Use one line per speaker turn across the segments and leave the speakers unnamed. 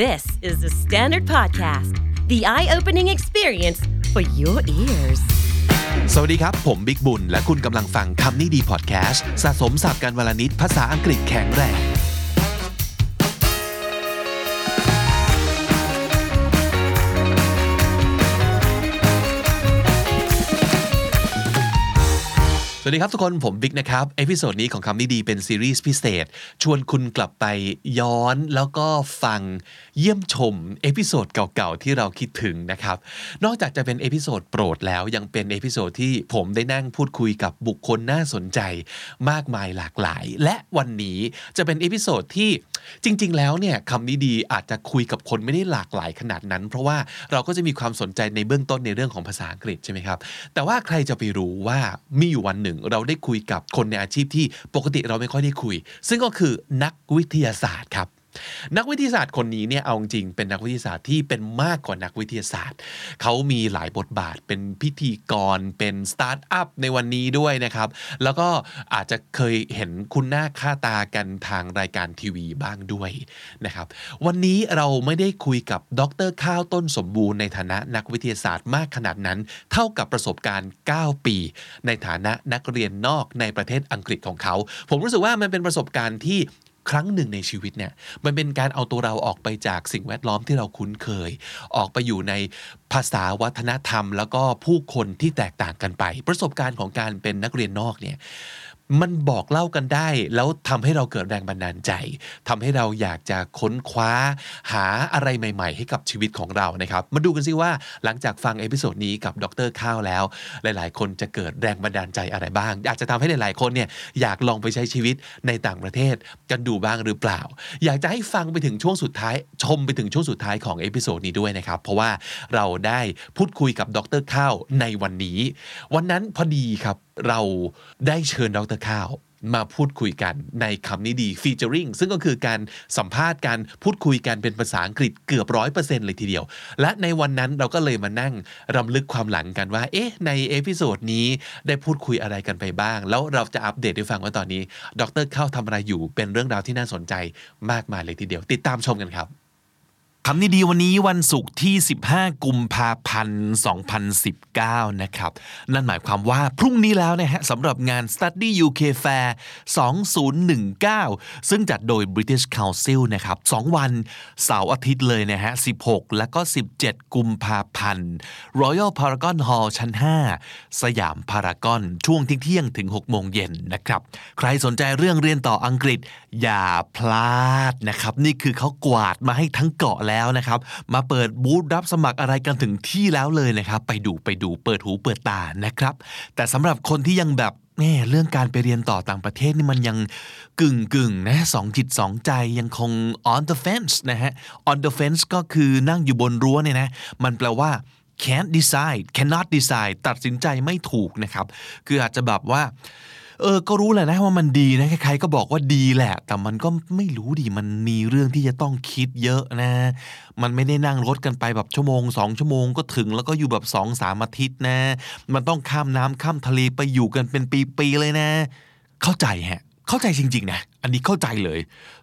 This is the Standard Podcast, the eye opening experience for your ears.
สวัสดีครับ ผมบิ๊กบุญ และคุณกำลังฟังคำนี้ดีพอดแคสต์สะสมสับการวลนิดภาษาอังกฤษแข็งแรง สวัสดีครับทุกคนผมบิ๊กนะครับ เอพิโซดนี้ของคำนี้ดีเป็นซีรีส์พิเศษ ชวนคุณกลับไปย้อนแล้วก็ฟังเยี่ยมชม เอพิโซดเก่าๆ ที่เราคิดถึงนะครับ นอกจากจะเป็นเอพิโซดโปรดแล้วยังเป็นเอพิโซดที่ผมได้นั่งพูดคุยกับบุคคลน่าสนใจ มากมายหลากหลาย และวันนี้จะเป็นเอพิโซดที่จริง ๆ แล้วเนี่ยคำนี้ดีอาจจะคุยกับคนไม่ได้หลากหลายขนาดนั้น เพราะว่าเราก็จะมีความสนใจในเบื้องต้นในเรื่องของภาษาอังกฤษใช่ไหมครับ แต่ว่าใครจะไปรู้ว่ามีอยู่วันหนึ่ง เราได้คุยกับคนในอาชีพที่ปกติเราไม่ค่อยได้คุย ซึ่งก็คือนักวิทยาศาสตร์ครับ นักวิทยาศาสตร์คนนี้เนี่ยเอาจริงๆเป็นนักวิทยาศาสตร์ที่เป็นมากกว่านักวิทยาศาสตร์ เขามีหลายบทบาทเป็นพิธีกรเป็นสตาร์ทอัพในวันนี้ด้วยนะครับ แล้วก็อาจจะเคยเห็นคุณหน้าค่าตากันทางรายการทีวีบ้างด้วยนะครับ วันนี้เราไม่ได้คุยกับดรข้าวต้นสมบูรณ์ในฐานะนักวิทยาศาสตร์มากขนาดนั้น เท่ากับประสบการณ์ 9 ปี ในฐานะนักเรียนนอกในประเทศอังกฤษของเขา ผมรู้สึกว่ามันเป็นประสบการณ์ที่ ครั้งหนึ่งในชีวิตเนี่ยมันเป็นการเอาตัวเราออกไปจากสิ่งแวดล้อมที่เราคุ้นเคย ออกไปอยู่ในภาษาวัฒนธรรม แล้วก็ผู้คนที่แตกต่างกันไป ประสบการณ์ของการเป็นนักเรียนนอกเนี่ยมันบอกเล่ากันได้ แล้วทำให้เราเกิดแรงบันดาลใจทำให้เราอยากจะค้นคว้าหาอะไรใหม่ ๆ ให้กับชีวิตของเรานะครับมาดูกันซิว่าหลังจากฟังเอพิโซดนี้กับดรข้าวแล้ว หลายๆ คนจะเกิดแรงบันดาลใจอะไรบ้าง อาจจะทำให้หลายๆ คนเนี่ยอยากลองไปใช้ชีวิตในต่างประเทศกันดูบ้างหรือเปล่า อยากจะให้ฟังไปถึงช่วงสุดท้าย ชมไปถึงช่วงสุดท้ายของเอพิโซดนี้ด้วยนะครับ เพราะว่าเราได้พูดคุยกับดรข้าวในวันนี้ วันนั้นพอดีครับ เราได้เชิญดรข้าวมาพูดคุยกันในคำนี้ดีฟีเจอริงซึ่งก็คือการสัมภาษณ์การพูดคุยกันเป็นภาษาอังกฤษเกือบร้อยเปอร์เซ็นต์เลยทีเดียว และในวันนั้นเราก็เลยมานั่งรำลึกความหลังกันว่า เอ๊ะ ในเอพิโซดนี้ได้พูดคุยอะไรกันไปบ้าง แล้วเราจะอัปเดตให้ฟังว่าตอนนี้ ดรเข้าทำอะไรอยู่เป็นเรื่องราวที่น่าสนใจมากมายเลยทีเดียว ติดตามชมกันครับ คำนี้ดีวันนี้วันศุกร์ที่ 15 กุมภาพันธ์ 2019 นะครับ นั่นหมายความว่าพรุ่งนี้แล้วนะฮะสำหรับงาน Study UK Fair 2019 ซึ่งจัดโดย British Council นะครับ 2 วันเสาร์อาทิตย์เลยนะฮะ 16 และก็ 17 กุมภาพันธ์ Royal Paragon Hall ชั้น 5 สยามพารากอนช่วงเที่ยงถึง 6 โมงเย็นนะครับ ใครสนใจเรื่องเรียนต่ออังกฤษอย่าพลาดนะครับ นี่คือเขากวาดมาให้ทั้งเกาะแล้วนะครับ มาเปิดบูธรับสมัครอะไรกันถึงที่แล้วเลยนะครับ ไปดูไปดูเปิดหูเปิดตานะครับ แต่สำหรับคนที่ยังแบบแหม่เรื่องการไปเรียนต่อต่างประเทศนี่มันยังกึ่งกึ่งๆนะสองจิตสองใจยังคง on the fence นะฮะ on the fence ก็คือนั่งอยู่บนรั้วเนี่ยนะมันแปลว่า can't decide cannot decide ตัดสินใจไม่ถูกนะครับ คืออาจจะแบบว่า เออ ก็รู้แหละนะว่ามันดีนะใครๆก็บอกว่าดีแหละ แต่มันก็ไม่รู้ดิมันมีเรื่องที่จะต้องคิดเยอะนะ มันไม่ได้นั่งรถกันไปแบบชั่วโมงสองชั่วโมงก็ถึงแล้วก็อยู่แบบสองสามอาทิตย์นะ มันต้องข้ามน้ำข้ามทะเลไปอยู่กันเป็นปีๆเลยนะ เข้าใจฮะ เข้าใจจริง ๆ นะ อันนี้เข้าใจเลย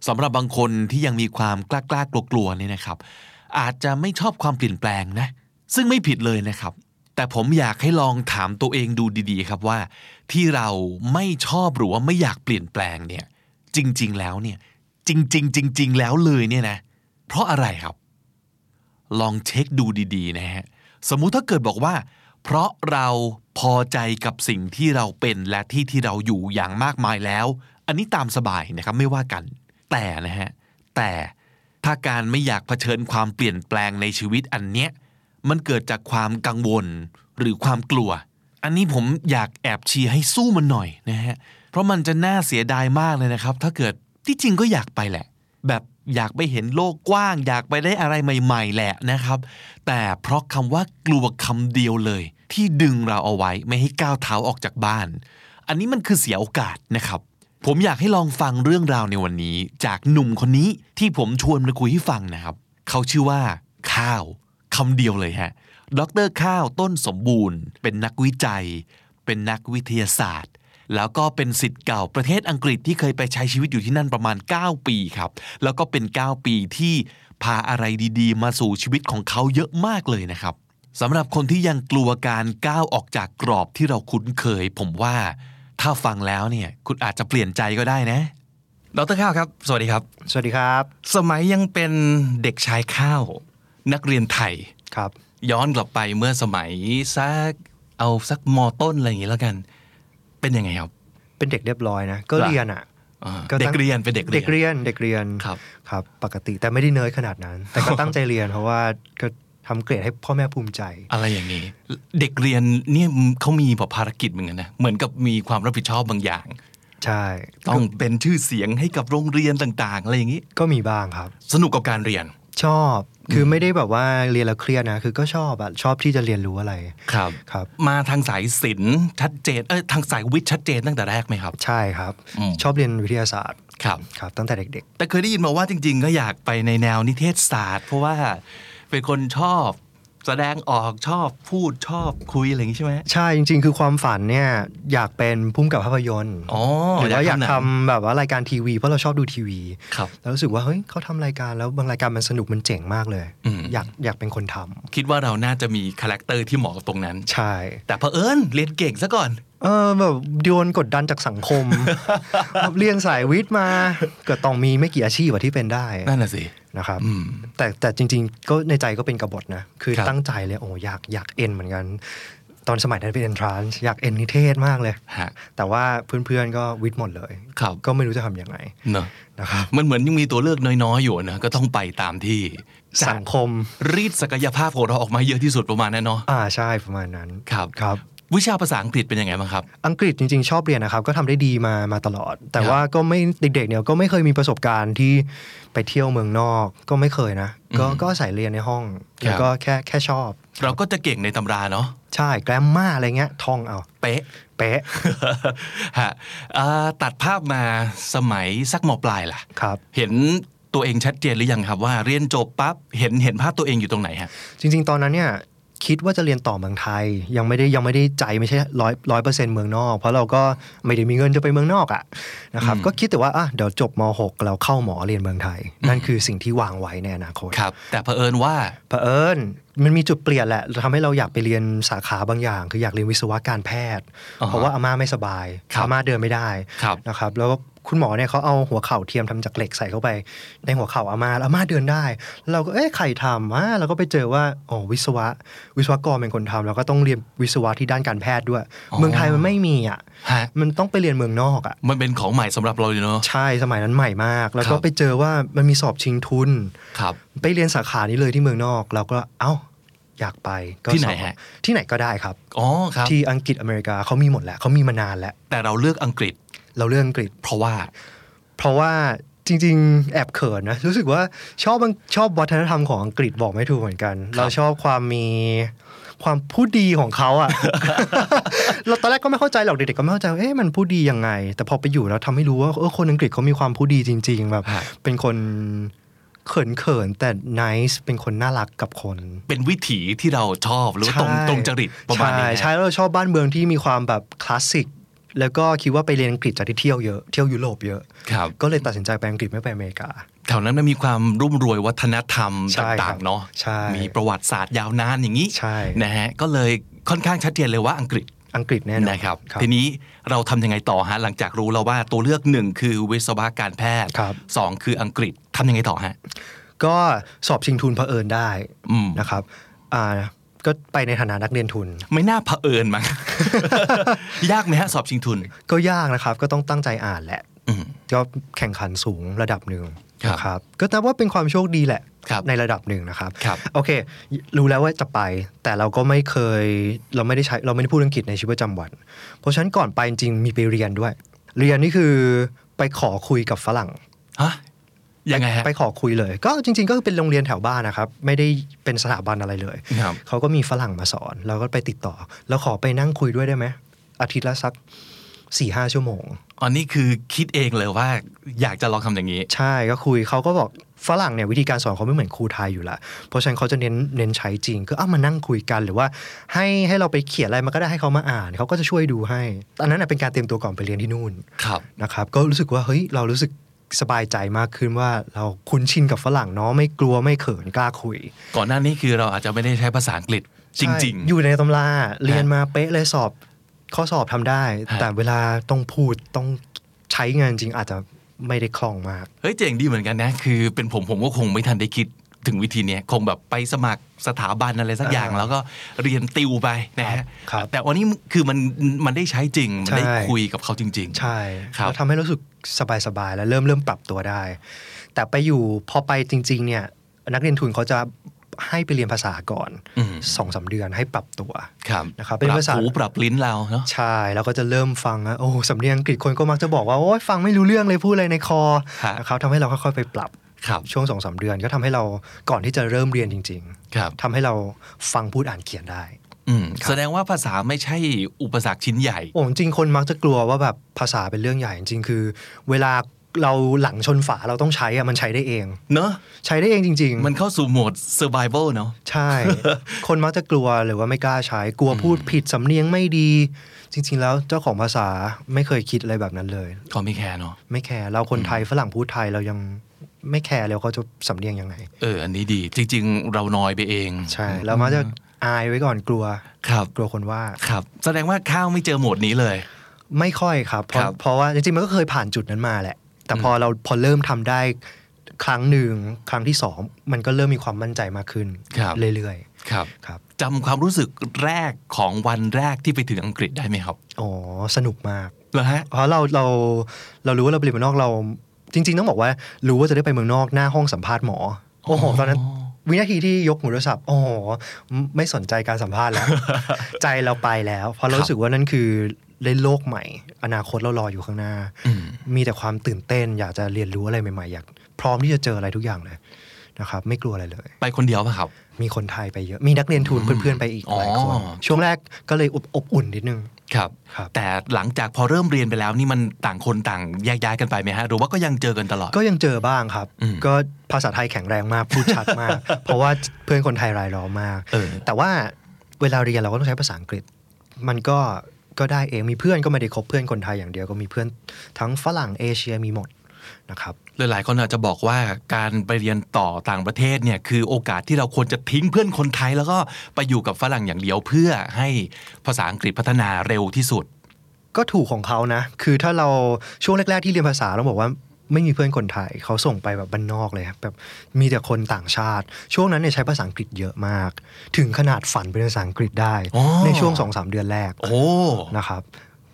สำหรับบางคนที่ยังมีความกล้าๆกลัวๆเนี่ยนะครับ อาจจะไม่ชอบความเปลี่ยนแปลงนะ ซึ่งไม่ผิดเลยนะครับ แต่ผมอยากให้ลองถามตัวเองดูดีๆ ครับว่า ที่เราไม่ชอบหรือว่าไม่อยากเปลี่ยนแปลงเนี่ย จริง ๆ แล้วเนี่ย จริง ๆ จริง ๆ แล้วเลยเนี่ยนะ เพราะอะไรครับ ลองเช็คดูดีๆ นะฮะ สมมุติถ้าเกิดบอกว่า เพราะเราพอใจกับสิ่งที่เราเป็นและที่ที่เราอยู่อย่างมากมายแล้ว อันนี้ตามสบายนะครับไม่ว่ากัน แต่นะฮะ แต่ถ้าการไม่อยากเผชิญความเปลี่ยนแปลงในชีวิตอันเนี้ย มันเกิดจากความกังวลหรือความกลัว อันนี้ผมอยากแอบเชียร์ให้สู้มันหน่อยนะฮะ เพราะมันจะน่าเสียดายมากเลยนะครับ ถ้าเกิดที่จริงก็อยากไปแหละ แบบอยากไปเห็นโลกกว้าง อยากไปได้อะไรใหม่ ๆ แหละนะครับ แต่เพราะคำว่ากลัวคำเดียวเลย ที่ดึงเราเอาไว้ไม่ให้ก้าวเท้าออกจากบ้าน อันนี้มันคือเสียโอกาสนะครับ ผมอยากให้ลองฟังเรื่องราวในวันนี้ จากหนุ่มคนนี้ที่ผมชวนมาคุยให้ฟังนะครับ เขาชื่อว่า ข้าวคำเดียวเลยฮะดรข้าวต้นสมบูรณ์ เป็นนักวิจัย เป็นนักวิทยาศาสตร์
แล้วก็เป็นสิทธิ์เก่าประเทศอังกฤษที่เคยไปใช้ชีวิตอยู่ที่นั่นประมาณ 9 ปีครับ แล้วก็เป็น 9 ปีที่พาอะไรดีๆ มาสู่ชีวิตของเขาเยอะมากเลยนะครับสำหรับคนที่ยังกลัวการก้าวออกจากกรอบที่เราคุ้นเคย ผมว่าถ้าฟังแล้วเนี่ยคุณอาจจะเปลี่ยนใจก็ได้นะ ดรข้าวครับ สวัสดีครับ
สวัสดีครับ
สมัยยังเป็นเด็กชายข้าว นักเรียนไทย
ครับ
ย้อนกลับไปเมื่อสมัยสักเอาสักมอต้นอะไรอย่างงี้แล้วกัน เป็นยังไงครับ
เป็นเด็กเรียบร้อยนะ ก็
เหรอ
เรียนอ่ะ
อ่า
ตั้ง
เด็กเรียนเป็นเด็กเรียน
เด็กเรียนเด็กเรียน
ครับ
ครับปกติแต่ไม่ได้เนิร์ดขนาดนั้น แต่ก็ตั้งใจเรียนเพราะว่าก็ทำเกรดให้พ่อแม่ภูมิใจ
อะไรอย่างนี้ เด็กเรียนเนี่ยเขามีแบบภารกิจเหมือนกันนะเหมือนกับมีความรับผิดชอบบางอย่าง
ใช่
ต้องเป็นชื่อเสียงให้กับโรงเรียนต่าง ๆ อะไรอย่างนี้
ก็มีบ้างครับ
สนุกกับการเรียน
ชอบคือไม่ได้แบบว่าเรียนแล้วเครียดนะ คือก็ชอบอะชอบที่จะเรียนรู้อะไร
ครับ
ครับ
มาทางสายศิลป์ชัดเจนเออทางสายวิทย์ชัดเจนตั้งแต่แรกไหมครับ
ใช่ครับ
อืม
ชอบเรียนวิทยาศาสตร์
ครับ
ครับ ตั้งแต่เด็ก
แต่เคยได้ยินมาว่าจริง ๆ ก็อยากไปในแนวนิเทศศาสตร์ เพราะว่าเป็นคนชอบ แสดงออกชอบพูดชอบคุยอะไรอย่างนี้ใช่ไหม
ๆ ใช่จริง ๆ คือความฝันเนี่ยอยากเป็นพุ่มกับภาพยนตร์
อ๋อ
หรือว่าอยาก
หนัง
ทำแบบว่ารายการทีวีเพราะเราชอบดูทีวี
ครับ
แล้วรู้สึกว่าเฮ้ยเขาทำรายการแล้วบางรายการมันสนุกมันเจ๋งมากเลย
อืม
อยากอยากเป็นคนทำ
คิดว่าเราน่าจะมีคาแรคเตอร์ที่เหมาะกับตรงนั้น
ใช่
แต่เผอิญเรียนเก่งซะก่อน
เออแบบโดนกดดันจากสังคม เรียนสายวิทย์มาก็ต้องมีไม่กี่อาชีพอะที่เป็นได้
นั่นน่ะสิ
นะครับ
อืม
แต่แต่จริงๆ ก็ในใจก็เป็นกบฏนะ คือ
ครับ
ตั้งใจเลยโอ้อยากอยากเอ็นเหมือนกัน ตอนสมัยนั้นเป็นเอนทรานซ์อยากเอ็นนิเทศมากเลย
ฮะ
แต่ว่าเพื่อนๆก็วิทย์หมดเลย
ครับ
ก็ไม่รู้จะทำยังไง
เนอะ
นะครับ
มันเหมือนยังมีตัวเลือกน้อยๆ อยู่นะก็ต้องไปตามที่จะ
สังคม
รีดศักยภาพของเราออกมาเยอะที่สุดประมาณนั้นเนาะ
อ่าใช่ประมาณนั้น
ครับ
ครับ
วิชาภาษาอังกฤษเป็นยังไงบ้างครับ
อังกฤษจริงๆ ชอบเรียนนะครับ ก็ทำได้ดีมามาตลอด แต่
ครับ
ว่าก็ไม่เด็กๆเนี่ยก็ไม่เคยมีประสบการณ์ที่ไปเที่ยวเมืองนอก ก็ไม่เคยนะ ก็
อืม
ก็ใส่เรียนในห้อง
ครับ
แล้วก็แค่แค่ชอบ
เราก็จะเก่งในตำราเนาะ
ใช่แกรมมาอะไรเงี้ยท่องเอา
เป๊ะ
เป๊ะ
ฮะอ่าตัดภาพมาสมัยสักมปลายล่ะ
ครับ
เห็นตัวเองชัดเจนหรือยังครับว่าเรียนจบปั๊บเห็นเห็นภาพตัวเองอยู่ตรงไหนฮะ
จริงๆ ตอนนั้นเนี่ยคิดว่าจะเรียนต่อเมืองไทย ยังไม่ได้ยังไม่ได้ใจไม่ใช่ร้อยร้อยเปอร์เซ็นต์เมืองนอก เพราะเราก็ไม่ได้มีเงินจะไปเมืองนอกอะ่ะนะครับ
อืม
ก็คิดแต่ว่าอ่ะเดี๋ยวจบม .6 เราเข้าหมอเรียนเมืองไทย นั่นคือสิ่งที่วางไว้ในอนาคต
ครับ แต่เผอิญว่า
เผอิญมันมีจุดเปลี่ยนแหละทำให้เราอยากไปเรียนสาขาบางอย่าง คืออยากเรียนวิศวะการแพทย์
อ่าฮะ
เพราะว่าอาม่าไม่สบาย
ครับ
อาม่าเดินไม่ได้
ครับ
นะครับแล้วก็คุณหมอเนี่ยเขาเอาหัวเข่าเทียมทำจากเหล็กใส่เข้าไป ในหัวเข่าอาม่าแล้วอาม่าเดินได้ เราก็เอ๊ะใครทำอ่ะเราก็ไปเจอว่าอ๋อวิศวะ วิศวกรเป็นคนทำเราก็ต้องเรียนวิศวะที่ด้านการแพทย์ด้วย
อ๋อ
เมืองไทยมันไม่มีอ่ะ
ฮะ
มันต้องไปเรียนเมืองนอกอ่ะ
มันเป็นของใหม่สำหรับเราเลยเนาะ
ใช่สมัยนั้นใหม่มาก แล้วก็
ครับ
ไปเจอว่ามันมีสอบชิงทุน
ครับ
ไปเรียนสาขานี้เลยที่เมืองนอก เราก็เอ้าอยากไปก็
ที่ไหน
สอบ
ฮะ
ที่ไหนก็ได้ครับ
อ๋อครับ
ที่อังกฤษอเมริกาเขามีหมดแหละเขามีมานานแล้ว
แต่เราเลือกอังกฤษ
เราเลือกอังกฤษ
เพราะว่า
เพราะว่าจริงๆ แอบเขินนะ รู้สึกว่าชอบชอบวัฒนธรรมของอังกฤษบอกไม่ถูกเหมือนกัน เราชอบความมีความพูดดีของเขาอะ เราตอนแรกก็ไม่เข้าใจหรอกเด็กๆก็ไม่เข้าใจว่าเอ๊ะมันพูดดียังไง แต่พอไปอยู่แล้วทำให้รู้ว่าเออคนอังกฤษเขามีความพูดดีจริง ๆ แบบ
ฮะ
เป็นคนเขินๆแต่ nice เป็นคนน่ารักกับคน
เป็นวิถีที่เราชอบหรือว่าตรง
ใช่
ตรงจริตประมาณนี้
ใช่
นะ
ใช่แล้วเราชอบบ้านเมืองที่มีความแบบคลาสสิกแล้วก็คิดว่าไปเรียนอังกฤษจากที่เที่ยวเยอะเที่ยวยุโรปเยอะ
ครับ
ก็เลยตัดสินใจไปอังกฤษไม่ไปอเมริกา
แถวนั้นมันมีความรุ่มรวยวัฒนธรรม
ใช่ครับ
ต่างๆเนาะ
ใช่
มีประวัติศาสตร์ยาวนานอย่างนี้
ใช่
นะฮะก็เลยค่อนข้างชัดเจนเลยว่าอังกฤษ
อังกฤษแน่นอน
นะครับ ทีนี้เราทำยังไงต่อฮะหลังจากรู้แล้วว่าตัวเลือกหนึ่งคือวิศวการแพทย์
ครับ
สองคืออังกฤษทำยังไงต่อฮะ
ก็สอบชิงทุนเผอิญได้
อืม
นะครับอ่าก็ไปในฐานะนักเรียนทุน
ไม่น่าเผอิญมั้ง ยากไหมฮะสอบชิงทุน
ก็ยากนะครับก็ต้องตั้งใจอ่านแหละ
อืม
ก็แข่งขันสูงระดับหนึ่ง
ครับ
นะครับก็นับว่าเป็นความโชคดีแหละ
ครับ
ในระดับหนึ่งนะครับ
ครับ
โอเค รู้แล้วว่าจะไป แต่เราก็ไม่เคย เราไม่ได้ใช้ เราไม่ได้พูดอังกฤษในชีวิตประจำวัน เพราะฉะนั้นก่อนไปจริงๆมีไปเรียนด้วย เรียนนี่คือไปขอคุยกับฝรั่ง
ฮะยังไงฮะ
ไปขอคุยเลย ก็จริง ๆ ก็คือเป็นโรงเรียนแถวบ้านนะครับ ไม่ได้เป็นสถาบันอะไรเลย
ครับ
เขาก็มีฝรั่งมาสอน เราก็ไปติดต่อ แล้วขอไปนั่งคุยด้วยได้ไหม อาทิตย์ละสัก 4ี่ห้าชั่วโมง
อันนี้คือคิดเองเลยว่าอยากจะลองทำอย่างนี้
ใช่ก็คุยเขาก็บอกฝรั่งเนี่ยวิธีการสอนเขาไม่เหมือนครูไทยอยู่ละเพราะฉะนั้นเขาจะเน้นเน้นใช้จริงก็เอามานั่งคุยกันหรือว่า ให้ให้เราไปเขียนอะไรมาก็ได้ให้เขามาอ่านเขาก็จะช่วยดูให้อันนั้นนะเป็นการเตรียมตัวก่อนไปเรียนที่นู่น
ครับ
นะครับก็รู้สึกว่าเฮ้ยเรารู้สึกสบายใจมากขึ้นว่าเราคุ้นชินกับฝรั่งเนาะไม่กลัวไม่เขินกล้าคุย
ก่อนหน้านี้คือเราอาจจะไม่ได้ใช้ภาษาอังกฤษจริง
ใช่อยู่ในตำราเรียนมาเป๊ะเลยสอบข้อสอบทำได้
ฮะ
แต่เวลาต้องพูดต้องใช้งานจริงอาจจะไม่ได้คล่องมาก
ๆ เฮ้ยเจ๋งดีเหมือนกันนะ คือเป็นผมผมก็คงไม่ทันได้คิดถึงวิธีเนี้ยคงแบบไปสมัครสถาบันอะไรสักอย่าง
อ่า
แล้วก็เรียนติวไปนะฮะ
ครับ
แต่วันนี้คือมันมันได้ใช้จริง มันได้
ใช่
คุยกับเขาจริง
ใช่
ครับ
แล้วทำให้รู้สึกสบายๆแล้วเริ่มเริ่มปรับตัวได้ แต่ไปอยู่พอไปจริงๆเนี่ยนักเรียนทุนเขาจะให้ไปเรียนภาษาก่อน
ๆอืม
สองสามเดือนให้ปรับตัว
ครับ
นะครับเป็น
ปรับ
ภาษา
หูปรับลิ้นเราเนาะ
ใช่แล้วก็จะเริ่มฟังนะโอ้สำเนียงอังกฤษคนก็มักจะบอกว่า โอ้ยฟังไม่รู้เรื่องเลยพูดอะไรในคอ
ฮะ
นะครับทำให้เราค่อยๆไปปรับ
ครับ
ช่วงสองสามเดือนก็ทำให้เราก่อนที่จะเริ่มเรียนจริง
ครับ
ๆทำให้เราฟังพูดอ่านเขียนได้
อืมแสดงว่าภาษาไม่ใช่อุปสรรคชิ้นใหญ่
โอ้จริงๆคนมักจะกลัวว่าแบบภาษาเป็นเรื่องใหญ่จริงๆคือ เวลาเราหลังชนฝาเราต้องใช้อะมันใช้ได้เอง
เนอะ
ใช้ได้เองจริง ๆ
มันเข้าสู่โหมด survival เนอะ
ใช่ คนมักจะกลัวหรือว่าไม่กล้าใช้ กลัวพูดผิดสำเนียงไม่ดี จริง ๆ แล้วเจ้าของภาษาไม่เคยคิดอะไรแบบนั้นเลย
ก็ไม่แคร์เนาะ
ไม่แคร์เราคนไทยฝรั่งพูดไทยเรายังไม่แคร์เลยว่าเขาจะสำเนียงยังไง
เออ อันนี้ดี จริง ๆ เรานอยไปเอง
ใช่เรามักจะอายไว้ก่อนกลัว
ครับ
กลัวคนว่า
ครับ แสดงว่าข้าวไม่เจอโหมดนี้เลย
ไม่ค่อยครับ เพราะ
ครับ
เพราะว่าจริงๆมันก็เคยผ่านจุดนั้นมาแหละ แต่พอเราพอเริ่มทำได้ครั้งหนึ่งครั้งที่สองมันก็เริ่มมีความมั่นใจมากขึ้น
ครับ
เรื่อย
ครับ
ๆครับ
จำความรู้สึกแรกของวันแรกที่ไปถึงอังกฤษได้ไหมครับ
อ๋อสนุกมาก
เหรอฮะ
เพราะเราเราเรารู้ว่าเราไปเรียนเมืองนอกเรา จริง ๆ ต้องบอกว่า รู้ว่าจะได้ไปเมืองนอกหน้าห้องสัมภาษณ์หมอโอ้โหตอนนั้น วินาทีที่ยกหูโทรศัพท์โอ้โหไม่สนใจการสัมภา ษณ์แล้ว ใจเราไปแล้ว เพราะเรา
ครับ
รู้สึกว่านั่นคือเล่นโลกใหม่ อนาคตเรารออยู่ข้างหน้า
อืม
มีแต่ความตื่นเต้น อยากจะเรียนรู้อะไรใหม่ๆ อยากพร้อมที่จะเจออะไรทุกอย่างเลยนะครับ ไม่กลัวอะไรเลย
ไปคนเดียวป่ะครับ
มีคนไทยไปเยอะ มีนักเรียนทุนเพื่อนๆไปอีกหลายคน
อ๋อ
ช่วงแรกก็เลยอบอบอุ่นนิดนึง
ครับ
ครับ
แต่หลังจากพอเริ่มเรียนไปแล้วนี่มันต่างคนต่างแยกย้ายกันไปไหมฮะ หรือว่าก็ยังเจอกันตลอด
ก็ยังเจอบ้างครับ
อืม
ก็ภาษาไทยแข็งแรงมากพูดชัด มาก เพราะว่าเพื่อนคนไทยรายล้อมมาก
เออ
แต่ว่าเวลาเรียนเราก็ต้องใช้ภาษาอังกฤษ มันก็ก็ได้เองมีเพื่อนก็ไม่ได้คบเพื่อนคนไทยอย่างเดียวก็มีเพื่อนทั้งฝรั่งเอเชียมีหมดนะครับ
หลายๆคนอาจจะบอกว่าการไปเรียนต่อต่างประเทศเนี่ยคือโอกาสที่เราควรจะทิ้งเพื่อนคนไทย แล้วก็ไปอยู่กับฝรั่งอย่างเดียวเพื่อให้ภาษาอังกฤษพัฒนาเร็วที่สุด
ก็ถูกของเขานะ คือถ้าเราช่วงแรก ๆ ที่เรียนภาษาเราบอกว่าไม่มีเพื่อนคนไทยเขาส่งไปแบบบ้านนอกเลยครับแบบมีแต่คนต่างชาติ ช่วงนั้นเนี่ยใช้ภาษาอังกฤษเยอะมาก ถึงขนาดฝันเป็นภาษาอังกฤษได้
อ๋อ
ในช่วงสองสามเดือนแรก
โอ้
นะครับ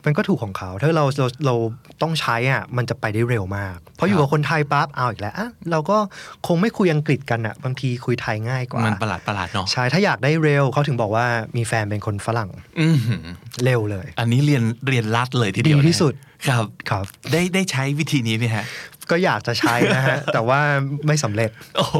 มันก็ถูกของเขา ถ้าเราเราเราต้องใช้อ่ะมันจะไปได้เร็วมาก เพราะอยู่
ครับ
กับคนไทยปั๊บเอาอีกแล้วอ่ะเราก็คงไม่คุยอังกฤษกันอ่ะบางทีคุยไทยง่ายกว่า
มันประหลาดประหลาดๆเนาะ
ใช่ถ้าอยากได้เร็วเขาถึงบอกว่ามีแฟนเป็นคนฝรั่ง
อื้อหือ
เร็วเลย
อันนี้เรียนเรียนรัดเลยทีเดียว
ดีที่
นะ
สุด
ครับ
ครับ
ได้ได้ใช้วิธีนี้ไหมฮะ
ก็อยากจะใช้นะ ฮะ แต่ว่าไม่สำเร็จ
โอ้โห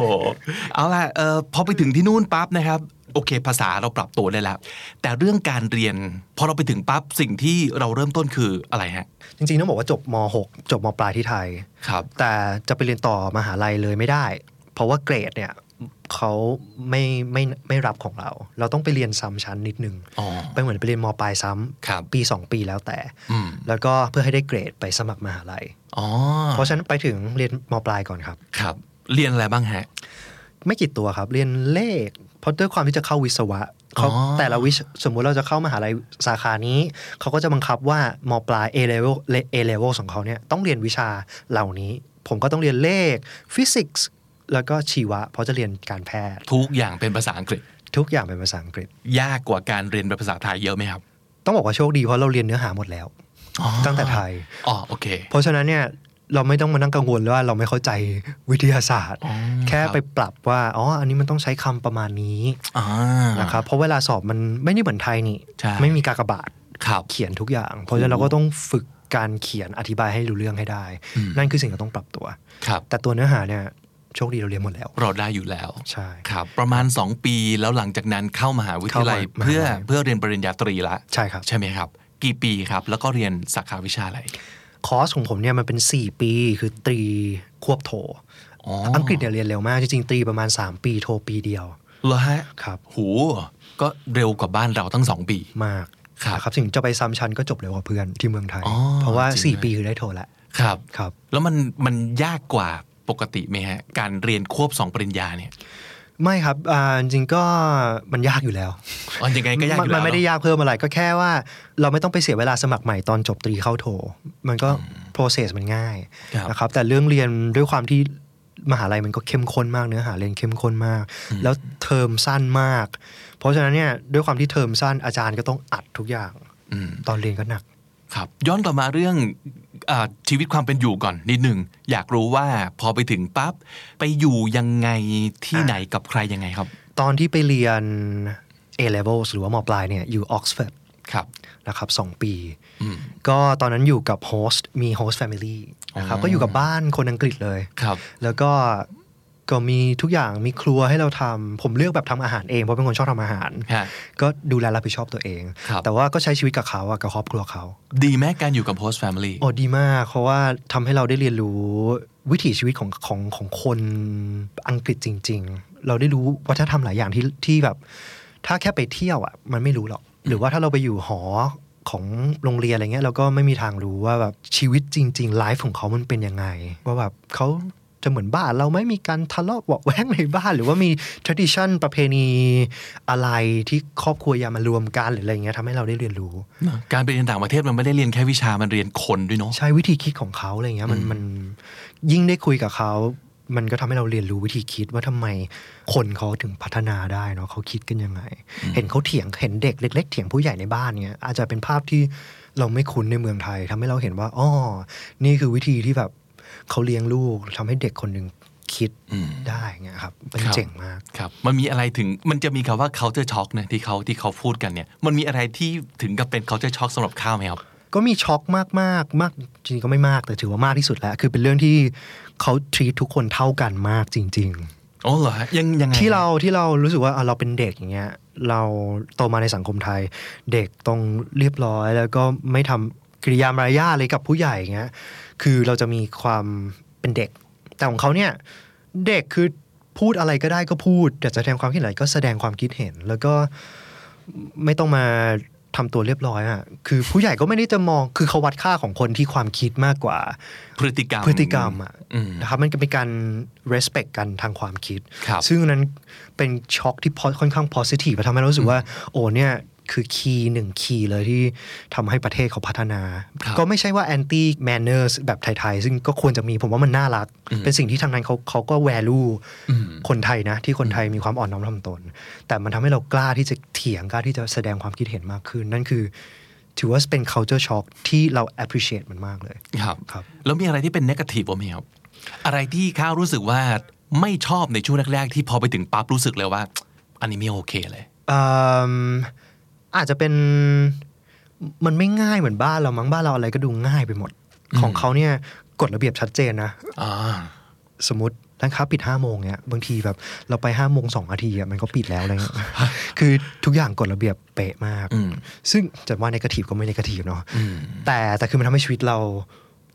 เอาล่ะเออพอไปถึงที่นู่นปั๊บนะครับ โอเค ภาษาเราปรับตัวได้แล้ว แต่เรื่องการเรียน พอเราไปถึงปั๊บสิ่งที่เราเริ่มต้นคืออะไรฮะ
จริงๆต้องบอกว่าจบม .6 จบมปลายที่ไทย
ครับ
แต่จะไปเรียนต่อมหาลัยเลยไม่ได้ เพราะว่าเกรดเนี่ยเขาไม่ไม่ไม่รับของเรา เราต้องไปเรียนซ้ำชั้นนิดนึง
อ๋อ
ไปเหมือนไปเรียนมปลายซ้ำ
ครับ
ปี 2 ปีแล้วแต่
อืม
แล้วก็เพื่อให้ได้เกรดไปสมัครมหาลัย
อ๋อ
เพราะฉะนั้นไปถึงเรียนมปลายก่อนครับ
ครับ เรียนอะไรบ้างฮะ
ไม่กี่ตัวครับ เรียนเลขเพราะด้วยความที่จะเข้าวิศวะเขา
อ๋อ
แต่ละวิชสมมุติเราจะเข้ามหาลัยสาขานี้ เขาก็จะบังคับว่ามปลาย A level A level ของเขาเนี่ยต้องเรียนวิชาเหล่านี้ ผมก็ต้องเรียนเลขฟิสิกส์แล้วก็ชีวะ เพราะจะเรียนการแพทย์
ทุกอย่างเป็นภาษาอังกฤษ
ทุกอย่างเป็นภาษาอังกฤษ
ยากกว่าการเรียนเป็นภาษาไทยเยอะไหมครับ
ต้องบอกว่าโชคดีเพราะเราเรียนเนื้อหาหมดแล้ว
อ๋อ
ตั้งแต่ไทย
อ๋อโอเค
เพราะฉะนั้นเนี่ยเราไม่ต้องมานั่งกังวลว่าเราไม่เข้าใจวิทยาศาสตร์
อ๋อ
แค่
ครับ
ไปปรับว่าอ๋ออันนี้มันต้องใช้คำประมาณนี้
อ่า
นะครับเพราะเวลาสอบมันไม่ได้เหมือนไทยนี่
ใช่
ไม่มีกากบาท
ครับ
เขียนทุกอย่าง เพราะฉะนั้นเราก็ต้องฝึกการเขียนอธิบายให้รู้เรื่องให้ได้
อืม
นั่นคือสิ่งที่เราต้องปรับตัว
ครับ
แต่ตัวเนื้อหาเนี่ยโชคดีเราเรียนหมดแล้ว
เราได้อยู่แล้ว
ใช่
ครับ ประมาณ 2 ปีแล้วหลังจากนั้นเข้ามหาวิทยาลัย
เข้ามหาวิทยาลัย
เพื่อเพื่อเรียนปริญญาตรีละ
ใช่ครับ
ใช่ไหมครับ กี่ปีครับ แล้วก็เรียนสาขาวิชาอะไร
คอร์สของผมเนี่ยมันเป็น 4 ปีคือตรีควบโท
อ๋อ
อังกฤษเนี่ยเรียนเร็วมาก จริงๆตรีประมาณ 3 ปีโทปีเดียว
เหรอฮะ
ครับ
หูก็เร็วกว่าบ้านเราตั้งสองปี
มาก
ครับ
นะครับถึงจะไปซ้ำชั้นก็จบเร็วกว่าเพื่อนที่เมืองไทย
อ๋อ
เพราะว่า
จริงนะ
4 ปีคือได้โทแล้ว
ครับ
ครับ
แล้วมันมันยากกว่าปกติไหมฮะ การเรียนควบสองปริญญาเนี่ย
ไม่ครับอ่าจริงๆก็มันยากอยู่แล้ว
อ๋อยังไงก็ยาก
มั
อนยู่แล้ว
มันไม่ได้ยากเพิ่มอะไรก็แค่ว่าเราไม่ต้องไปเสียเวลาสมัครใหม่ตอนจบตรีเข้าโท มันก็ process มันง่าย
ครับ
นะครับ แต่เรื่องเรียนด้วยความที่มหาลัยมันก็เข้มข้นมากเนื้อหาเรียนเข้มข้นมาก แล้วเทอมสั้นมาก เพราะฉะนั้นเนี่ยด้วยความที่เทอมสั้นอาจารย์ก็ต้องอัดทุกอย่าง
อืม
ตอนเรียนก็หนัก
ครับย้อนกลับมาเรื่องอาชีวิตความเป็นอยู่ก่อนนิดหนึ่งอยากรู้ว่าพอไปถึงปั๊บไปอยู่ยังไงที่ไหนกับใครยังไงครับ
ตอนที่ไปเรียน A levels หรือว่ามปลายเนี่ยอยู่ออกซฟอร์ด
ครับ
นะครับสองปี
อืม
ก็ตอนนั้นอยู่กับโฮสต์มีโฮสต์แฟมิลี่นะครับ
อ๋อ
ก็อยู่กับบ้านคนอังกฤษเลย
ครับ
แล้วก็ก็มีทุกอย่างมีครัวให้เราทำผมเลือกแบบทำอาหารเองเพราะเป็นคนชอบทำอาหาร
ฮะ
ก็ดูแลรับผิดชอบตัวเอง
ครับ
แต่ว่าก็ใช้ชีวิตกับเขาอะกับครอบครัวเขา
ดีไหมการอยู่กับ host family
โอ้ดีมาก เพราะว่าทำให้เราได้เรียนรู้วิถีชีวิตของของของคนอังกฤษจริง ๆ เราได้รู้วัฒนธรรมหลายอย่างที่ที่แบบ ถ้าแค่ไปเที่ยวอะมันไม่รู้หรอก หรือว่าถ้าเราไปอยู่หอของโรงเรียนอะไรเงี้ยเราก็ไม่มีทางรู้ว่าแบบชีวิตจริงๆไลฟ์ของเขามันเป็นยังไง ว่าแบบเขาจะเหมือนบ้านเราไหม่มีการทะเลาะเบาะแว้งในบ้าน หรือว่ามี tradition ประเพณีอะไรที่ครอบครัวอยามารวมกันหรืออะไรเงี้ยทำให้เราได้เรียนรู้
นะการไปเรียนต่างประเทศมันไม่ได้เรียนแค่วิชามันเรียนคนด้วยเนาะ
ใช่วิธีคิดของเขาอะไรเงี้ยมันมันยิ่งได้คุยกับเขา มันก็ทำให้เราเรียนรู้วิธีคิดว่าทำไมคนเขาถึงพัฒนาได้เนาะเขาคิดกันยังไง เห็นเขาเถียงเห็นเด็กเล็ก ๆ เถียงผู้ใหญ่ในบ้านเงี้ยอาจจะเป็นภาพที่เราไม่คุ้นในเมืองไทยทำให้เราเห็นว่าอ๋อนี่คือวิธีที่แบบเขาเลี้ยงลูกทำให้เด็กคนหนึ่งคิด
อืม
ได้เงี้ยครับเป็น
ครับ
เจ๋งมาก
ครับมันมีอะไรถึงมันจะมีคำว่า culture shock นะที่เขาที่เขาพูดกันเนี่ย มันมีอะไรที่ถึงกับเป็น culture shock สำหรับข้าวไหมครับ
ก็มีช็อกมากมากๆมากจริงๆก็ไม่มากแต่ถือว่ามากที่สุดแล้วคือเป็นเรื่องที่เขาทรีทุกคนเท่ากันมากจริง ๆ
อ๋อเหรอฮะยังยังไง
ที่เราที่เรารู้สึกว่าอ่ะเราเป็นเด็กอย่างเงี้ยเราโตมาในสังคมไทย เด็กต้องเรียบร้อย แล้วก็ไม่ทำกิริยามารยาทเลยกับผู้ใหญ่อย่างเงี้ยคือเราจะมีความเป็นเด็ก แต่ของเขาเนี่ยเด็กคือพูดอะไรก็ได้ก็พูดแต่จะแสดงความคิดเห็นอะไรก็แสดงความคิดเห็น แล้วก็ไม่ต้องมาทำตัวเรียบร้อยอ่ะคือผู้ใหญ่ก็ไม่ได้จะมองคือเขาวัดค่าของคนที่ความคิดมากกว่า
พฤติกรรม
พฤติกรรมอ่ะ
ม
นะครับมันก็เป็นการ respect กันทางความคิด
ครับ
ซึ่งอันนั้นเป็นช็อคที่ po- ค่อนข้าง positive อะทำให้เรารู้สึกว่า โอ้เนี่ย คือคีย์หนึ่งคีย์เลยที่ทำให้ประเทศเขาพัฒนา
ครับ
ก็ไม่ใช่ว่า anti manners แบบไทย ๆ ซึ่งก็ควรจะมีผมว่ามันน่ารัก เป็นสิ่งที่ทางนั้นเขาเขาก็ value
อืม
คนไทยนะ ที่คนไทยมีความอ่อนน้อมถ่อมตน แต่มันทำให้เรากล้าที่จะเถียงกล้าที่จะแสดงความคิดเห็นมากขึ้น นั่นคือถือว่าเป็น culture shock ที่เรา appreciate มันมากเลย
ครับ
ครับ
แล้วมีอะไรที่เป็นนกาทีฟบ้างไหมครับ อะไรที่ข้าวรู้สึกว่าไม่ชอบในช่วงแรกๆ ที่พอไปถึงปั๊บรู้สึกเลยว่า อันนี้ไม่โอเคเลย
อืมอาจจะเป็นมันไม่ง่ายเหมือนบ้านเรามั้งบ้านเราอะไรก็ดูง่ายไปหมด ของเขาเนี่ยกฎระเบียบชัดเจนนะ
อ่า
สมมติร้านค้าปิดห้าโมงเนี่ยบางทีแบบเราไปห้าโมงสองนาทีอะมันก็ปิดแล้วอะไร เงี้ย คือทุกอย่างกฎระเบียบเป๊ะมาก
อืม
ซึ่งจะว่าในกระถีบก็ไม่ในกระถีบเนาะ
อืม
แต่แต่คือมันทำให้ชีวิตเรา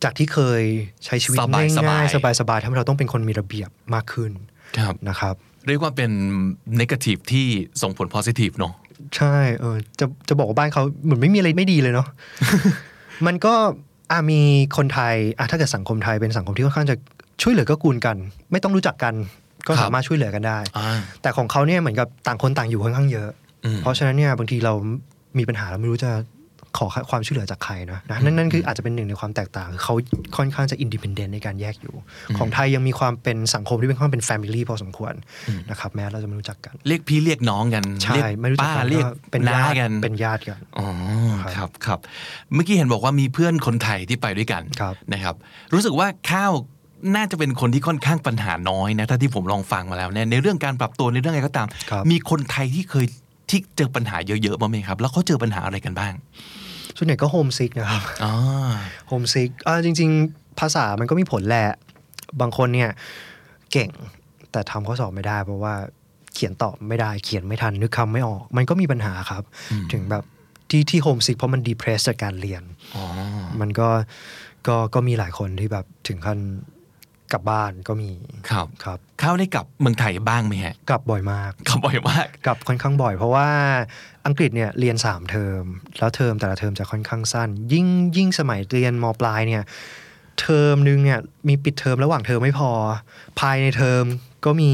จากที่เคยใช้ชีวิต
สบายๆ
ง่ายๆสบายๆทำให้เราต้องเป็นคนมีระเบียบมากขึ้น
ครับ
นะครับ
เรียกว่าเป็นนกาทีฟที่ส่งผล positive เนอะ
ใช่เออจะจะบอกว่าบ้านเขาเหมือนไม่มีอะไรไม่ดีเล ยเนาะ มันก็อามีคนไทยอ่ะถ้าเกิดสังคมไทยเป็นสังคมที่ค่อนข้างจะช่วยเหลือเก็กูลกัน ไม่ต้องรู้จักกัน ก็
ครับ
สามารถช่วยเหลือกันได้
อ่า
แต่ของเขาเนี่ยเหมือนกับต่างคนต่างอยู่ค่อนข้างเยอะ
อืม
เพราะฉะนั้นเนี่ยบางทีเรามีปัญหาเราไม่รู้จะขอความช่วยเหลือจากใครนะนะนั่นนั่นคืออาจจะเป็นหนึ่งในความแตกต่างคือเขาค่อนข้างจะอินดิพ n เดนต์ในการแยกอยู่ ของไทยยังมีความเป็นสังคมที่เป็นค่อนข้างเป็นแฟมิลี่พอสมควรนะครับแม้เราจะไม่รู้จักกัน
เรียกพี่เรียกน้องกัน
ใช่
เรียก
ไม่รู้จัก
ป้า
กัน
เรียก
ก็เป็น
น้า
ญาติ
กัน
เป็นญาติกัน
อ๋อครับครับเมื่อกี้เห็นบอกว่ามีเพื่อนคนไทยที่ไปด้วยกัน
ครับ
นะครับ รู้สึกว่าข้าวน่าจะเป็นคนที่ค่อนข้างปัญหาน้อยนะถ้าที่ผมลองฟังมาแล้วเนี่ยในเรื่องการปรับตัวในเรื่องอะไรก็ตาม
ครับ
มีคนไทยที่เคยที่เจอปัญหาเยอะๆบ้างไหมครับ แล้วเขาเจอปัญหาอะไรกันบ้าง
ส่วนใหญ่ก็โฮมซิกนะครับ
อ๋อ
โฮมซิกอ่าจริง ๆ ภาษามันก็มีผลแหละ บางคนเนี่ยเก่งแต่ทำข้อสอบไม่ได้ เพราะว่าเขียนตอบไม่ได้ เขียนไม่ทันนึกคำไม่ออก มันก็มีปัญหาครับ ถึงแบบ ที่ที่โฮมสิกเพราะมันดีเพรสจากการเรียน
อ๋อ
มันก็ก็ก็มีหลายคนที่แบบถึงขั้นกลับบ้านก็มี
ครับ
ครับ
เข้าได้กลับเมืองไทยบ้างไหมฮะ
กลับบ่อยมาก
กลับบ่อยมาก
กลับค่อนข้างบ่อย เพราะว่าอังกฤษเนี่ยเรียน 3 เทอม แล้วเทอมแต่ละเทอมจะค่อนข้างสั้น ยิ่งยิ่งสมัยเรียนมปลายเนี่ยเทอมนึงเนี่ยมีปิดเทอมระหว่างเทอมไม่พอ ภายในเทอมก็มี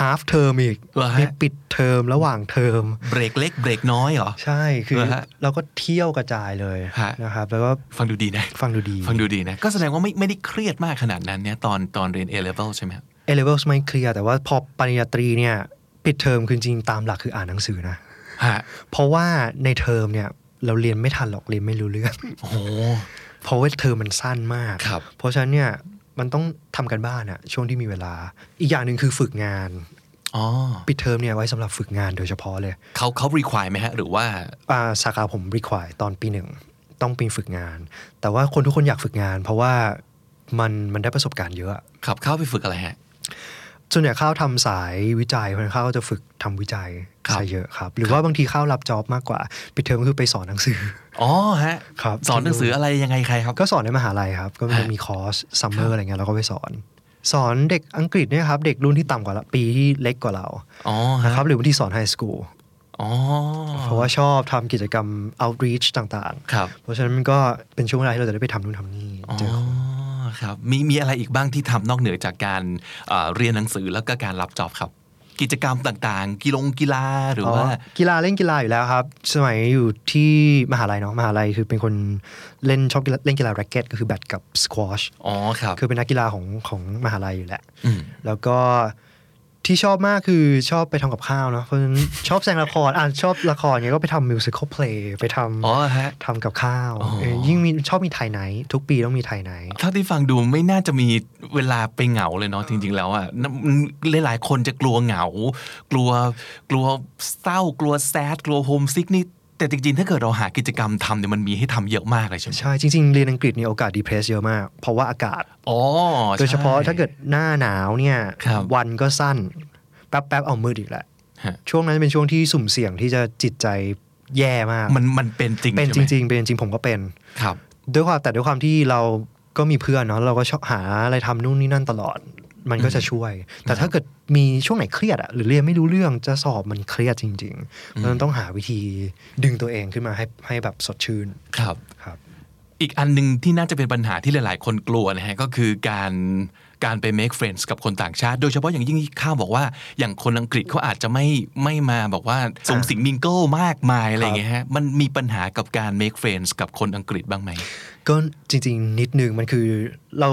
half เทอมอีก
เหรอ
มี
ฮะ
ปิดเทอมระหว่างเทอม
เบรกเล็กเบรกน้อยเหรอ
ใช่คือ
เหรอฮะ
เราก็เที่ยวกระจายเลย
ฮะ
นะครับแล้วก็
ฟังดูดีนะ
ฟังดูดี
ฟังดูดีนะ ก็แสดงว่าไม่ไม่ได้เครียดมากขนาดนั้นเนี่ยตอนตอนเรียน A level ใช่ไหมครับ
เอเลเวลไม่เคลียร์แต่ว่าพอปริญญาตรีเนี่ยปิดเทอมคือจริงๆตามหลักคืออ่านหนังสือนะ
ฮะ
เพราะว่าในเทอมเนี่ยเราเรียนไม่ทันหรอกเรียนไม่รู้เรื่อง
โอ้โห
เพราะว่าเทอมมันสั้นมาก
ครับ
เพราะฉะนั้นเนี่ยมันต้องทำกันบ้านอะช่วงที่มีเวลา อีกอย่างหนึ่งคือฝึกงาน
อ๋อ
ปิดเทอมเนี่ยไว้สำหรับฝึกงานโดยเฉพาะเลย
เขาเขา require ไหมฮะ หรือว่า
อ่าสาขาผม require ตอนปีหนึ่งต้องปีฝึกงาน แต่ว่าคนทุกคนอยากฝึกงาน เพราะว่ามันมันได้ประสบการณ์เยอะ
ขับเข้าไปฝึกอะไรฮะ
ส่วนใหญ่ข้าวทำสายวิจัยเพราะฉะนั้นข้าวก็จะฝึกทำวิจัย
ครับ
ซะเยอะครับ หรือว่าบางทีข้าวรับจ็อบมากกว่าปิดเทอมก็คือไปสอนหนังสือ
อ๋อฮะ
ครับ
สอนหนังสืออะไรยังไงใครครับ
ก็สอนในมหาลัยครับ ก็มันจะ
ฮะ
มีคอร์สซัมเมอร์อะไรเงี้ยเราก็ไปสอน สอนเด็กอังกฤษเนี่ยครับ เด็กรุ่นที่ต่ำกว่าเราปีที่เล็กกว่าเรา
อ๋อฮะ
นะครับหรือบางทีสอนไฮสคูล
อ๋อ
เพราะว่าชอบทำกิจกรรม outreach ต่าง
ครับ
ๆ เพราะฉะนั้นมันก็เป็นช่วงเวลาที่เราจะได้ไปทำนู่นทำนี่
อ๋อ
เจอคน
ครับมีมีอะไรอีกบ้างที่ทำนอกเหนือจากการเอ่อเรียนหนังสือแล้วก็การรับจอบครับ กิจกรรมต่างๆ กีฬงกีฬาหรือ
อ๋อ
ว่า
กีฬาเล่นกีฬาอยู่แล้วครับ สมัยอยู่ที่มหาลัยเนาะมหาลัยคือเป็นคนเล่นชอบกีฬาเล่นกีฬาแร็กเก็ตก็คือแบดกับสควอช
อ๋อครับ
คือเป็นนักกีฬาของของมหาลัยอยู่แหละ
ม
แล้วก็ที่ชอบมากคือชอบไปทำกับข้าวเนาะ เพราะฉะนั้น ชอบแสดงละคร อ่านชอบละครเนี้ยก็ไปทำมิวสิควลเพลย์ไปท
อ๋อฮะ
ำทำกับข้าว
อ๋อ
เออยิ่งมีชอบมีไทยไนท์ทุกปีต้องมีไทยไนท์
เท่าที่ฟังดูไม่น่าจะมีเวลาไปเหงาเลยเนาะจริง ๆ แล้วอ่ะน่ะมันหลายๆคนจะกลัวเหงา กลัวกลัวเศร้ากลัวแซดกลัวโฮมซิกนี่แต่จริง ๆ ถ้าเกิดเราหากิจกรรมทำเนี่ยมันมีให้ทำเยอะมากเลยใช่ไหม
ใช่ จริง ๆ เรียนอังกฤษเนี่ยโอกาสดีเพรสเยอะมาก เพราะว่าอากาศ
อ๋อใช่
โดยเฉพาะถ้าเกิดหน้าหนาวเนี่ย
ครับ
วันก็สั้น แป๊บๆเอามืดอีกแหละ
ฮะ
ช่วงนั้นเป็นช่วงที่สุ่มเสี่ยงที่จะจิตใจแย่มาก
มันมันเป็นจริง
เป็นจ
ใช่ไหม
ริงๆเป็นจริงๆผมก็เป็น
ครับ
ด้วยความแต่ด้วยความที่เราก็มีเพื่อนเนาะเราก็ชอบหาอะไรทำนู่นนี่นั่นตลอด มันก็จะช่วย แต่ถ้าเกิดมีช่วงไหนเครียดอะหรือเรียนไม่รู้เรื่องจะสอบมันเครียดจริงๆเพราะฉะนั้นต้องหาวิธีดึงตัวเองขึ้นมาให้ให้แบบสดชื่น
ครับ
ครับ
อีกอันหนึ่งที่น่าจะเป็นปัญหาที่หลาย ๆ คนกลัวนะฮะก็คือการการไป make friends กับคนต่างชาติ โดยเฉพาะอย่างยิ่งที่ข้าวบอกว่าอย่างคนอังกฤษเขาอาจจะไม่ไม่มาบอกว่าส่งสิงมิงเกิลมากมายอะไรอย่างเงี้ยฮะมันมีปัญหากับการ make friends กับคนอังกฤษบ้างไหม
ก็จริง ๆ นิดนึงมันคือเรา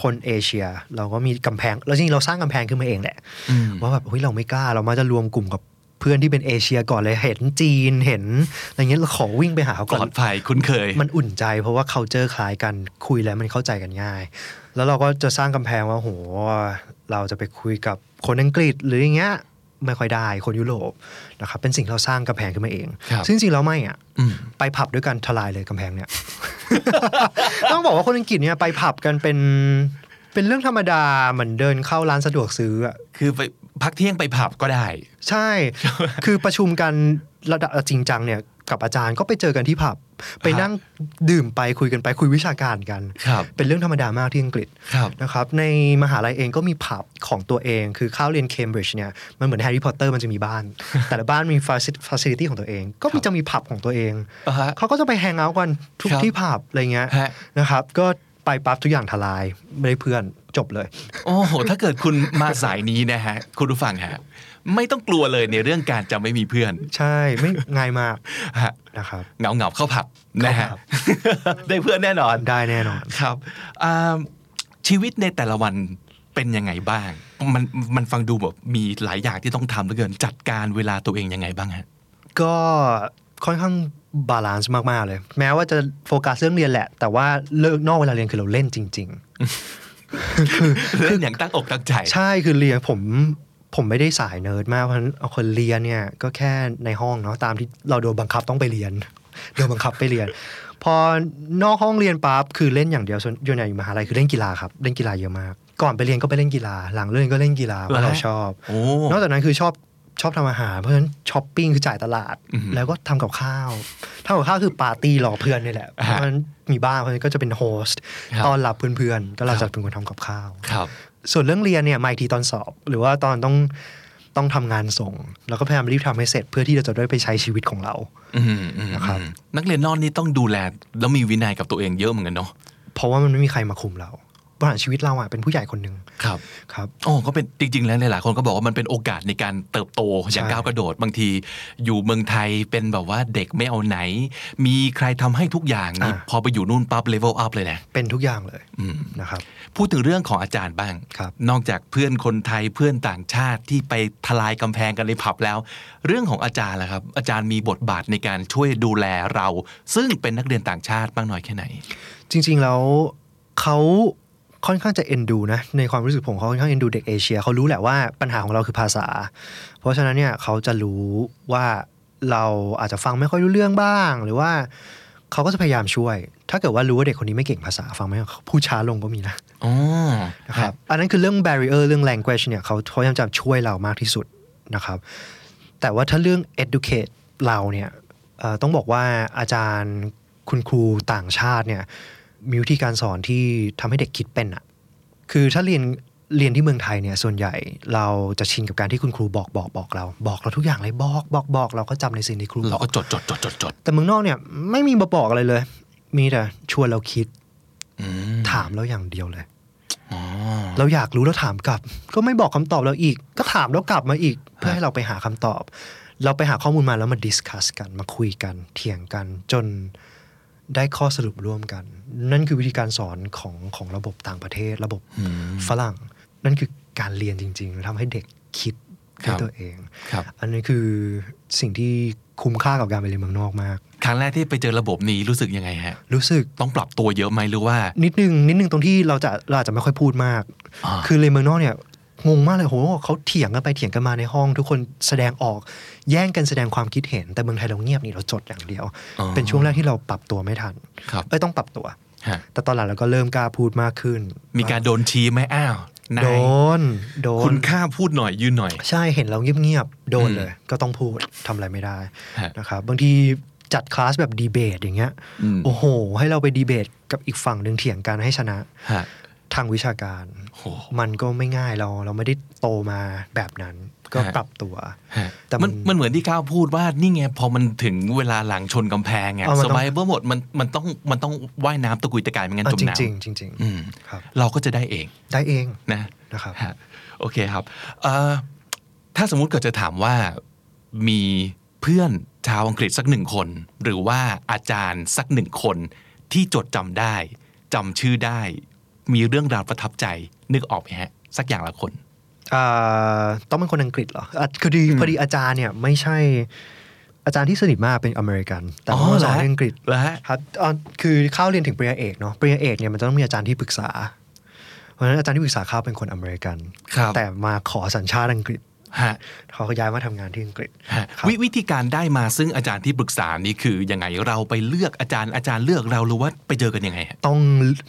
คนเอเชีย เราก็มีกำแพงแล้วจริงๆเราสร้างกำแพงขึ้นมาเองแหละ
อืม
ว่าแบบเฮ้ยเราไม่กล้าเรามาจะรวมกลุ่มกับเพื่อนที่เป็นเอเชียก่อนเลยเห็นจีนเห็นอะไรเงี้ยเราขอวิ่งไปหาเขา
ป
ก่
ล
อ
อน ดภัยคุ้นเคย
มันอุ่นใจเพราะว่า culture คล้ายกันคุยแล้วมันเข้าใจกันง่าย แล้วเราก็จะสร้างกำแพงว่าโหเราจะไปคุยกับคนอังกฤษหรืออย่างเงี้ยไม่ค่อยได้คนยุโรปนะครับเป็นสิ่งที่เราสร้างกำแพงขึ้นมาเอง
ครับ
ซึ่งจริงๆแล้วไม่อ่ะ
อืม
ไปผับด้วยกันทลายเลยกำแพงเนี่ย ต้องบอกว่าคนอังกฤษเนี่ยไปผับกันเป็นเป็นเรื่องธรรมดาเหมือนเดินเข้าร้านสะดวกซื้ออะ
คือไปพักเที่ยงไปผับก็ได้
ใช่ คือประชุมกันระดับจริงจังเนี่ยกับอาจารย์ก็ไปเจอกันที่ผับ ไปนั่งดื่มไปคุยกันไปคุยวิชาการกัน
ครับ
เป็นเรื่องธรรมดามากที่อังกฤษ
ครับ
นะครับ ในมหาลัยเองก็มีผับของตัวเอง คือเข้าวเรียนเคมบริดจ์เนี่ย มันเหมือนแฮร์รี่พอตเตอร์มันจะมี บ้าน แต่ละบ้านมีฟาซิลิตี้ของตัวเอง ก็มีจะมีผับของตัวเอง
อ่าฮะ
เขาก็จะไปแฮงเอาท์กันทุก
ครับ
ที่ผับอะไรเงี้ย
ฮะ
นะครับ ก็ไปปั๊บทุกอย่างทลายไม่ได้เพื่อนจบเลย
โอ้โห ถ้าเกิดคุณมาสายนี้นะฮะ คุณผู้ฟังฮะ ไม่ต้องกลัวเลยในเรื่องการจะไม่มีเพื่อน
ใช่ไม่ ง่ายมาก
ฮะ
นะครับ
เงาเงาๆเข้าผับนะฮะ
เข้าผับ
ได้เพื่อนแน่นอน
ได้แน่นอน
ครับอ่าชีวิตในแต่ละวันเป็นยังไงบ้าง มันมันฟังดูแบบมีหลายอย่างที่ต้องทำเหลือเกินจัดการเวลาตัวเองยังไงบ้างฮะ
ก็ค่อนข้างบาลานซ์มาก ๆ เลย แม้ว่าจะโฟกัสเรื่องเรียนแหละ แต่ว่าเลิกนอกเวลาเรียนคือเราเล่นจริง
เรื่องอย่างตั้งอกตั้งใจ
ๆ ใช่คือเรียนผมผมไม่ได้สายเนิร์ดมากเพราะฉะนั้นเอาคนเรียนเนี่ยก็แค่ในห้องเนาะตามที่เราโดนบังคับต้องไปเรียน โดนบังคับไปเรียน พอนอกห้องเรียนปั๊บคือเล่นอย่างเดียวส่วนส่วนใหญ่อยู่มหาลัยคือเล่นกีฬาครับเล่นกีฬาเยอะมาก ก่อนไปเรียนก็ไปเล่นกีฬา หลังเรียนก็เล่นกีฬาเพราะเราชอบ
โอ้
นอกจากนั้นคือชอบ ชอบทำอาหาร เพราะฉะนั้นช้อปปิ้งคือจ่ายตลาด
อือหือ
แล้วก็ทำกับข้าวทำกับข้าวคือปาร์ตี้หลอกเพื่อนนี่แหละ เพ
อ่าฮะ
ราะฉะนั้นมีบ้างเพราะฉะนั้นก็จะเป็นโฮสต์
ครับ
ตอนรับเพื่อนๆ ก็เราจะเป็นคนทำกับข้าว
ครับ
ส่วนเรื่องเรียนเนี่ยมาอีกทีตอนสอบ หรือว่าตอนต้องต้องทำงานส่ง แล้วก็พยายามรีบทำให้เสร็จเพื่อที่เราจะได้ไปใช้ชีวิตของเรา
อืมอืม
นะครับ
นักเรียนนอกนี่ต้องดูแล แล้วมีวินัยกับตัวเองเยอะเหมือนกันเนาะ
เพราะว่ามันไม่มีใครมาคุมเราบริหารชีวิตเราอ่ะเป็นผู้ใหญ่คนหนึ่ง
ครับ
ครับ
อ๋อก็เป็นจริง ๆ แล้วหลายๆคนก็บอกว่ามันเป็นโอกาสในการเติบโตอย่าง
ใช่
ก้าวกระโดดบางที อยู่เมืองไทยเป็นแบบว่าเด็กไม่เอาไหน มีใครทำให้ทุกอย่างนี่พอไปอยู่นู่นปั๊บเลเวลอัพเลยนะ
เป็นทุกอย่างเลย
อืม
นะครับ
พูดถึงเรื่องของอาจารย์บ้าง
ครับ
นอกจากเพื่อนคนไทยเพื่อนต่างชาติที่ไปทลายกำแพงกันในผับแล้ว เรื่องของอาจารย์ล่ะครับ อาจารย์มีบทบาทในการช่วยดูแลเรา ซึ่งเป็นนักเรียนต่างชาติบ้างน้อยแค่ไหน
จริงๆแล้วเขาค่อนข้างจะเอ็นดูนะในความรู้สึกผมเขาค่อนข้างเอ็นดูเด็กเอเชียเขารู้แหละว่าปัญหาของเราคือภาษา เพราะฉะนั้นเนี่ยเขาจะรู้ว่าเราอาจจะฟังไม่ค่อยรู้เรื่องบ้าง หรือว่าเขาก็จะพยายามช่วย ถ้าเกิดว่ารู้ว่าเด็กคนนี้ไม่เก่งภาษาฟังไม่ออกพูดช้าลงก็มีนะ
อ๋อ
นะครับอันนั้นคือเรื่อง barrier เรื่อง language เนี่ยเขาพยายามจะช่วยเรามากที่สุดนะครับแต่ว่าถ้าเรื่อง educate เราเนี่ยเอ่อต้องบอกว่าอาจารย์คุณครูต่างชาติเนี่ย มีวิธีการสอนที่ทำให้เด็กคิดเป็นอะคือถ้าเรียนเรียนที่เมืองไทยเนี่ยส่วนใหญ่เราจะชินกับการที่คุณครูบอกบอกบอกเรา บอกเราทุกอย่างเลยบอกบอกบอกเราก็จำในสิ่งที่ครูบ
เรา
อก
ก็จดจดจดจดจด
แต่เมืองนอกเนี่ยไม่มีมาบอกอะไรเลย มีแต่ชวนเราคิด
อืม
ถามเราอย่างเดียวเลย
อ๋อ
เราอยากรู้แล้วถามกลับ ก็ไม่บอกคำตอบเราอีก ก็ถามแล้วกลับมาอีก เพื่อให้เราไปหาคำตอบ เราไปหาข้อมูลมาแล้วมาดิสคัสกันมาคุยกัน เถียงกันจนได้ข้อสรุปร่วมกัน นั่นคือวิธีการสอนของของระบบต่างประเทศ ระบบ
อืม
ฝรั่ง นั่นคือการเรียนจริงๆทำให้เด็กคิด
ครั
ด้วย
บ
ตัวเอง
ครับ
อันนี้คือสิ่งที่คุ้มค่ากับการไปเรียนเมืองนอกมาก
ครั้งแรกที่ไปเจอระบบนี้รู้สึกยังไงฮะ
รู้สึก
ต้องปรับตัวเยอะไหมหรือว่า
นิดนึงนิดนึงตรงที่เราจะเราอาจจะไม่ค่อยพูดมาก
อ่า
คือเลยนเมืองนอกเนี่ยงงมากเลยโหเขาเถียงกันไปเถียงกันมาในห้อง ทุกคนแสดงออกแย่งกันแสดงความคิดเห็น แต่เมืองไทยเราเงียบนี่เราจดอย่างเดียว
อ๋อ
เป็นช่วงแรกที่เราปรับตัวไม่ทัน
ครับ
เอ้ยต้องปรับตัว
ฮะ
แต่ตอนหลังเราก็เริ่มกล้าพูดมากขึ้น
มีการโดนชี้ไหมอ้าวนา
โด
ย
นโดน
คุณค่าพูดหน่อยยืนหน่อย
ใช่เห็นเราเงียบๆโดน
อืม
เลย ก็ต้องพูดทำอะไรไม่ได้
ฮะ
นะครับบางทีจัดคลาสแบบดีเบตอย่างเงี้ย
อืม
โอ้โห ให้เราไปดีเบตกับอีกฝั่งหนึ่งเถียงกันให้ชนะ
ฮะ
ทางวิชาการ
โห
มันก็ไม่ง่ายเราเราไม่ได้โตมาแบบนั้น ก็
ฮะ
ปรับตัว
ฮะ
แต่มั
มัน
น
มันเหมือนที่ก้าวพูดว่านี่ไงพอมันถึงเวลาหลังชนกำแพงไง
เอามัน
ส
ต้อง
บายเบอร์หมดมันมันต้องมันต้องว่ายน้ำตะกุยตะกายไม่งั้น
อ่ะ
จม
จริง
น้
จริงๆจริง
ำอืม
ๆ ครับ
เราก็จะได้เอง
ได้เอง
นะ
นะครับ
ฮะโอเคครับเอ่อถ้าสมมุติเกิดจะถามว่ามีเพื่อนชาวอังกฤษสักหนึ่งคน หรือว่าอาจารย์สักหนึ่งคนที่จดจำได้จำชื่อได้ มีเรื่องราวประทับใจนึกออกไหมฮะ สักอย่างละคน
อ่าต้องเป็นคนอังกฤษเหรออ่ะคือดีพอดีอาจารย์เนี่ยไม่ใช่อาจารย์ที่สนิทมากเป็นอเมริกัน แต่
อ๋อ
ว่า
เหร
ส
อ
อน
ฮะ
ที่อังกฤษ
แล้วฮะ
ครับเอ่อคือเข้าเรียนถึงปริญญาเอกเนาะ ปริญญาเอกเนี่ยมันจะต้องมีอาจารย์ที่ปรึกษา เพราะฉะนั้นอาจารย์ที่ปรึกษาเข้าเป็นคนอเมริกัน
ครับ
แต่มาขอสัญชาติอังกฤษ
ฮะ
เขาก็ย้ายมาทำงานที่อังกฤษ
ฮะ
ครับ
วิวิธีการได้มาซึ่งอาจารย์ที่ปรึกษานี่คือยังไงเราไปเลือกอาจารย์อาจารย์เลือกเราหรือว่าไปเจอกันยังไงฮะ
ต้อง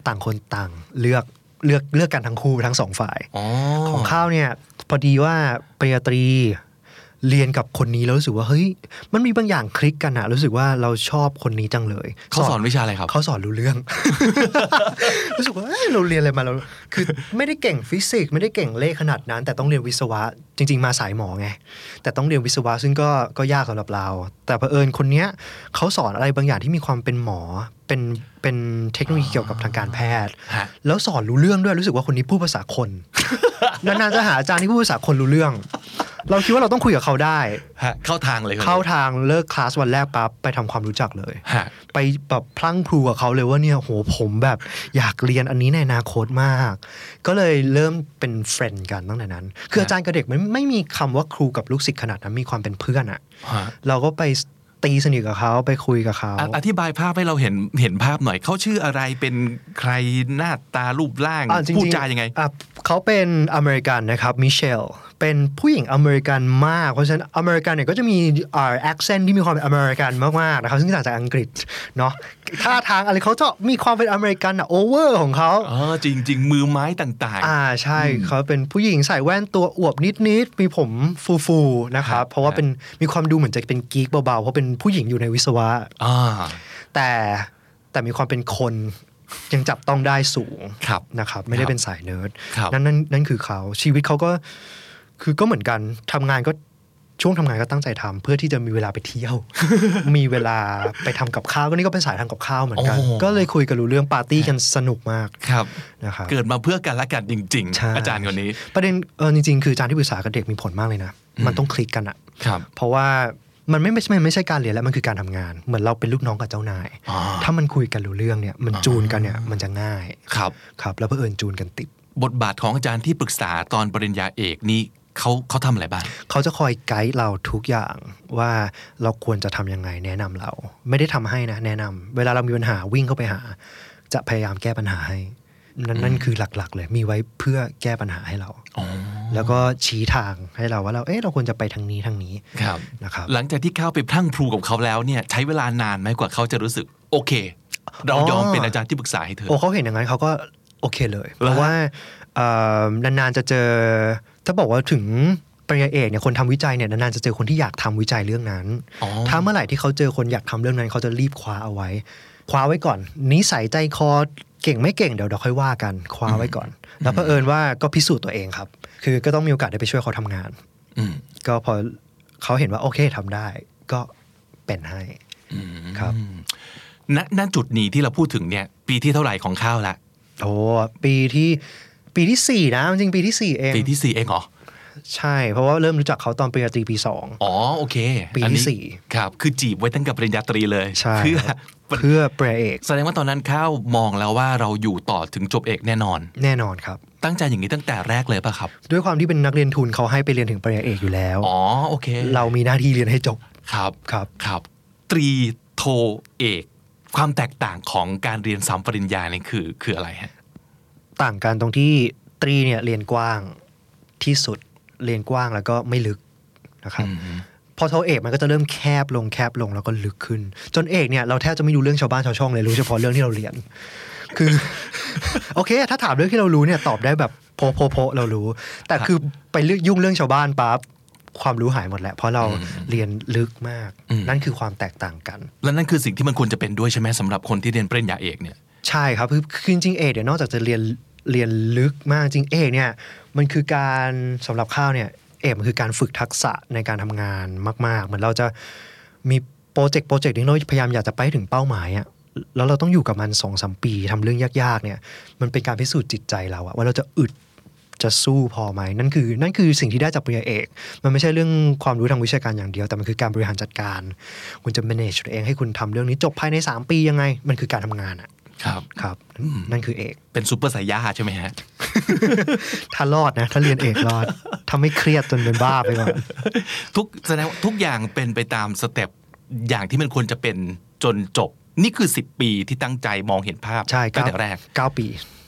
ต่างคนต่างเลือกเลือกเลือกกันทั้งคู่ทั้งสองฝ่าย
อ๋อ
ของข้าวเนี่ยพอดีว่าปริญญาตรีเรียนกับคนนี้แล้วรู้สึกว่าเฮ้ยมันมีบางอย่างคลิกกันอะรู้สึกว่าเราชอบคนนี้จังเลย
เขาสอนวิชาอะไรครับ
เขาสอนรู้เรื่อง รู้สึกว่าเอ้ยเราเรียนอะไรมาเราคือไม่ได้เก่งฟิสิกส์ไม่ได้เก่งเลขขนาดนั้น แต่ต้องเรียนวิศวะ จริง ๆ มาสายหมอไงแต่ต้องเรียนวิศวะซึ่งก็ก็ยากสำหรับเรา แต่เผอิญคนเนี้ยเขาสอนอะไรบางอย่างที่มีความเป็นหมอเป็นเป็นเทคโนโลยีเกี่ยวกับทางการแพทย์
ฮะ
แล้วสอนรู้เรื่องด้วยรู้สึกว่าคนนี้พูดภาษาคน นานๆจะหาอาจารย์ที่พูดภาษาคนรู้เรื่อง เราคิดว่าเราต้องคุยกับเขาได้
ฮะเข้าทางเลยคนนี้
เข้าทางเลิกคลาสวันแรกปั๊บไปทำความรู้จักเลย
ฮะ
ไปแบบพลั้งพลูกับเขาเลยว่าเนี่ยโหผมแบบอยากเรียนอันนี้ในอนาคตมาก ก็เลยเริ่มเป็นเฟรนด์กันตั้งแต่นั้น คืออาจารย์กับเด็กมันไม่มีคำว่าครูกับลูกศิษย์ขนาดนั้นมีความเป็นเพื่อนอะ
ฮะ
เราก็ไป ตีสนิทกับเขาไปคุยกับเขา
อ่ะอธิบายภาพให้เราเห็นเห็นภาพหน่อย เขาชื่ออะไรเป็นใครหน้าตารูปร่าง
อ่ะริๆ
พูดจายังไง
อ่ะเขาเป็นอเมริกันนะครับมิเชลเป็นผู้หญิงอเมริกันมาก เพราะฉะนั้นอเมริกันเนี่ยก็จะมีอ่าแอคเซนที่มีความเป็นอเมริกันมากๆนะครับซึ่งต่างจากอังกฤษเนาะท่าทางอะไรเขาจะมีความเป็นอเมริกันอะโอเวอร์ของเขา
เออจริง ๆ มือไม้ต่าง
อ่าใช่เขาเป็นผู้หญิงใส่แว่นตัวอวบนิดๆมีผมฟูๆนะค
ครั
รับบ เพราะว่าเป็นมีความดูเหมือนจะเป็นกีกเบาๆเพราะเป็นผู้หญิงอยู่ในวิศวะ
ๆอ่า
แต่แต่มีความเป็นคนยังจับต้องได้สูง
ครับ
นะครับไม่ได้เป็นสายเนิร์ด
ครับ
นั่นนั่นนั่นคือเขาชีวิตเขาก็คือก็เหมือนกันทำงานก็ช่วงทำงานก็ตั้งใจทำเพื่อที่จะมีเวลาไปเที่ยว มีเวลาไปทำกับข้าวก็นี่ก็เป็นสายทำกับข้าวเหมือนกัน
โอ้
ก็เลยคุยกันรู้เรื่องปาร์ตี้กันสนุกมาก
ครับ
นะครับ
เกิดมาเพื่อกันและกันจริง
ใช่
ๆ อาจารย์คนนี้
ประเด็นเออจริงๆคืออาจารย์ที่ปรึกษากับเด็กมีผลมากเลยนะ มันต้องคลิกกันอะ
ครับ
เพราะว่ามันไม่ไม่ไม่ไม่ใช่การเรียนแล้วมันคือการทำงาน เหมือนเราเป็นลูกน้องกับเจ้านาย
อ่า
ถ้ามันคุยกันรู้เรื่องเนี่ยมันจูนกันเนี่ยมันจะง่าย
ครับ
ครับแล้วเพื่อเอิญจูนกันติด
บทบาทของอาจารย์ที่ปรึกษาตอนปริญญาเอกนี่เขาเขาทำอะไรบ้าง
เขาจะคอยไกด์เราทุกอย่างว่าเราควรจะทำยังไงแนะนำเรา ไม่ได้ทำให้นะแนะนำเวลาเรามีปัญหาวิ่งเข้าไปหา จะพยายามแก้ปัญหาให้ นั่นนั่นคือหลักๆ เลยมีไว้เพื่อแก้ปัญหาให้เรา แล้วก็ชี้ทางให้เราว่าเราเอ๊ะเราควรจะไปทางนี้ทางนี้
ครับ
นะครับ
หลังจากที่เข้าไปพลั่งพลูกับเขาแล้วเนี่ยใช้เวลานานไหมกว่าเขาจะรู้สึก โอเค เรายอม
อ๋อ
เป็นอาจารย์ที่ปรึกษาให้เธอ
โอ้เขาเห็นอย่างนั้นเขาก็โอเคเลย
เหร
เพ
อฮะ
ราะว่าเอ่อนานๆจะเจอ ถ้าบอกว่าถึงปริญญาเอกเนี่ยคนทำวิจัยเนี่ยนานๆจะเจอคนที่อยากทำวิจัยเรื่องนั้น
อ๋อ
ถ้าเมื่อไหร่ที่เขาเจอคนอยากทำเรื่องนั้นเขาจะรีบคว้าเอาไว้ คว้าไว้ก่อน นิสัยใจคอเก่งไม่เก่งเดี๋ยวเราค่อยว่ากัน คว้าไว้ก่อน แล้วเผอิญว่าก็พิสูจน์ตัวเองครับ คือก็ต้องมีโอกาสได้ไปช่วยเขาทำงาน
อืม
ก็พอเขาเห็นว่าโอเคทำได้ ก็เป็นให้
อืม
ครับ
ณณจุดนี้ที่เราพูดถึงเนี่ย ปีที่เท่าไหร่ของข้าวละ
โอ้ปีที่ปีที่สี่นะจริงๆปีที่สี่เอง
ปีที่สี่เองเหรอ
ใช่ เพราะว่าเริ่มรู้จักเขาตอนปริญญาตรีปีสอง
อ๋อโอเค
ปีที่
อันนี้
สี่
ครับคือจีบไว้ตั้งแต่ปริญญาตรีเลย
ใช่
เพื่อ
เพื่อปริญญาเอก
แสดงว่าตอนนั้นข้าวมองแล้วว่าเราอยู่ต่อถึงจบเอกแน่นอน
แน่นอนครับ
ตั้งใจอย่างนี้ตั้งแต่แรกเลยป่ะครับ
ด้วยความที่เป็นนักเรียนทุนเขาให้ไปเรียนถึงปริญญาเอกอยู่แล้ว
อ๋อโอเค
เรามีหน้าที่เรียนให้จบ
ครับ
ครับ
ครับ ตรีโทเอก ความแตกต่างของการเรียนสามปริญญาเนี่ยคือคืออะไรฮะ
ต่างกันตรงที่ตรีเนี่ยเรียนกว้างที่สุดเรียนกว้างแล้วก็ไม่ลึกนะครับ พอโทเอกมันก็จะเริ่มแคบลงแคบลงแล้วก็ลึกขึ้น จนเอกเนี่ยเราแทบจะไม่รู้เรื่องชาวบ้านชาวช่องเลยรู้เฉพาะเรื่องที่เราเรียน คือ โอเค ถ้าถามเรื่องที่เรารู้เนี่ยตอบได้แบบโพะโพะโพะเรารู้ แต่คือไปเรื่องยุ่งเรื่องชาวบ้านปั๊บความรู้หายหมดแหละเพราะเราเรียนลึกมาก
อืม
นั่นคือความแตกต่างกัน
แล้วนั่นคือสิ่งที่มันควรจะเป็นด้วยใช่ไหมสำหรับคนที่เรียนปริญญาเอกเนี่ย
ใช่ครับคือคือจริงๆเอกเนี่ยนอกจากจะเรียนเรียนลึกมากจริงเอกเนี่ยมันคือการสำหรับข้าวเนี่ยเอกมันคือการฝึกทักษะในการทำงานมาก ๆ เหมือนเราจะมีโปรเจกต์โปรเจกต์หนึงเราพยายามอยากจะไปให้ถึงเป้าหมายอะแล้วเราต้องอยู่กับมันสองสมปีทำเรื่องยากๆเนี่ยมันเป็นการพิสูจน์จิตใจเราอะว่าเราจะอึดจะสู้พอไหมนั่นคือนั่นคือสิ่งที่ได้จากปริญญาเอก มันไม่ใช่เรื่องความรู้ทางวิชาการอย่างเดียว แต่มันคือการบริหารจัดการ คุณจะ manage ตัวเองให้คุณทำเรื่องนี้จบภายในสามปียังไง มันคือการทำงานอะ
ครับ
ครับ นั่นคือเอก
เป็นซูเปอร์สายยาใช่ไหมฮะ
ถ้ารอดนะ ถ้าเรียนเอกรอด ถ้าไม่เครียดจนเป็นบ้าไปก่อน
ทุกแสดงว่าทุกอย่างเป็นไปตามสเต็ปอย่างที่มันควรจะเป็นจนจบ นี่คือ 10 ปีที่ตั้งใจมองเห็นภาพ
ใช่
ตั้
เาง
แต่แรก
เก้าปี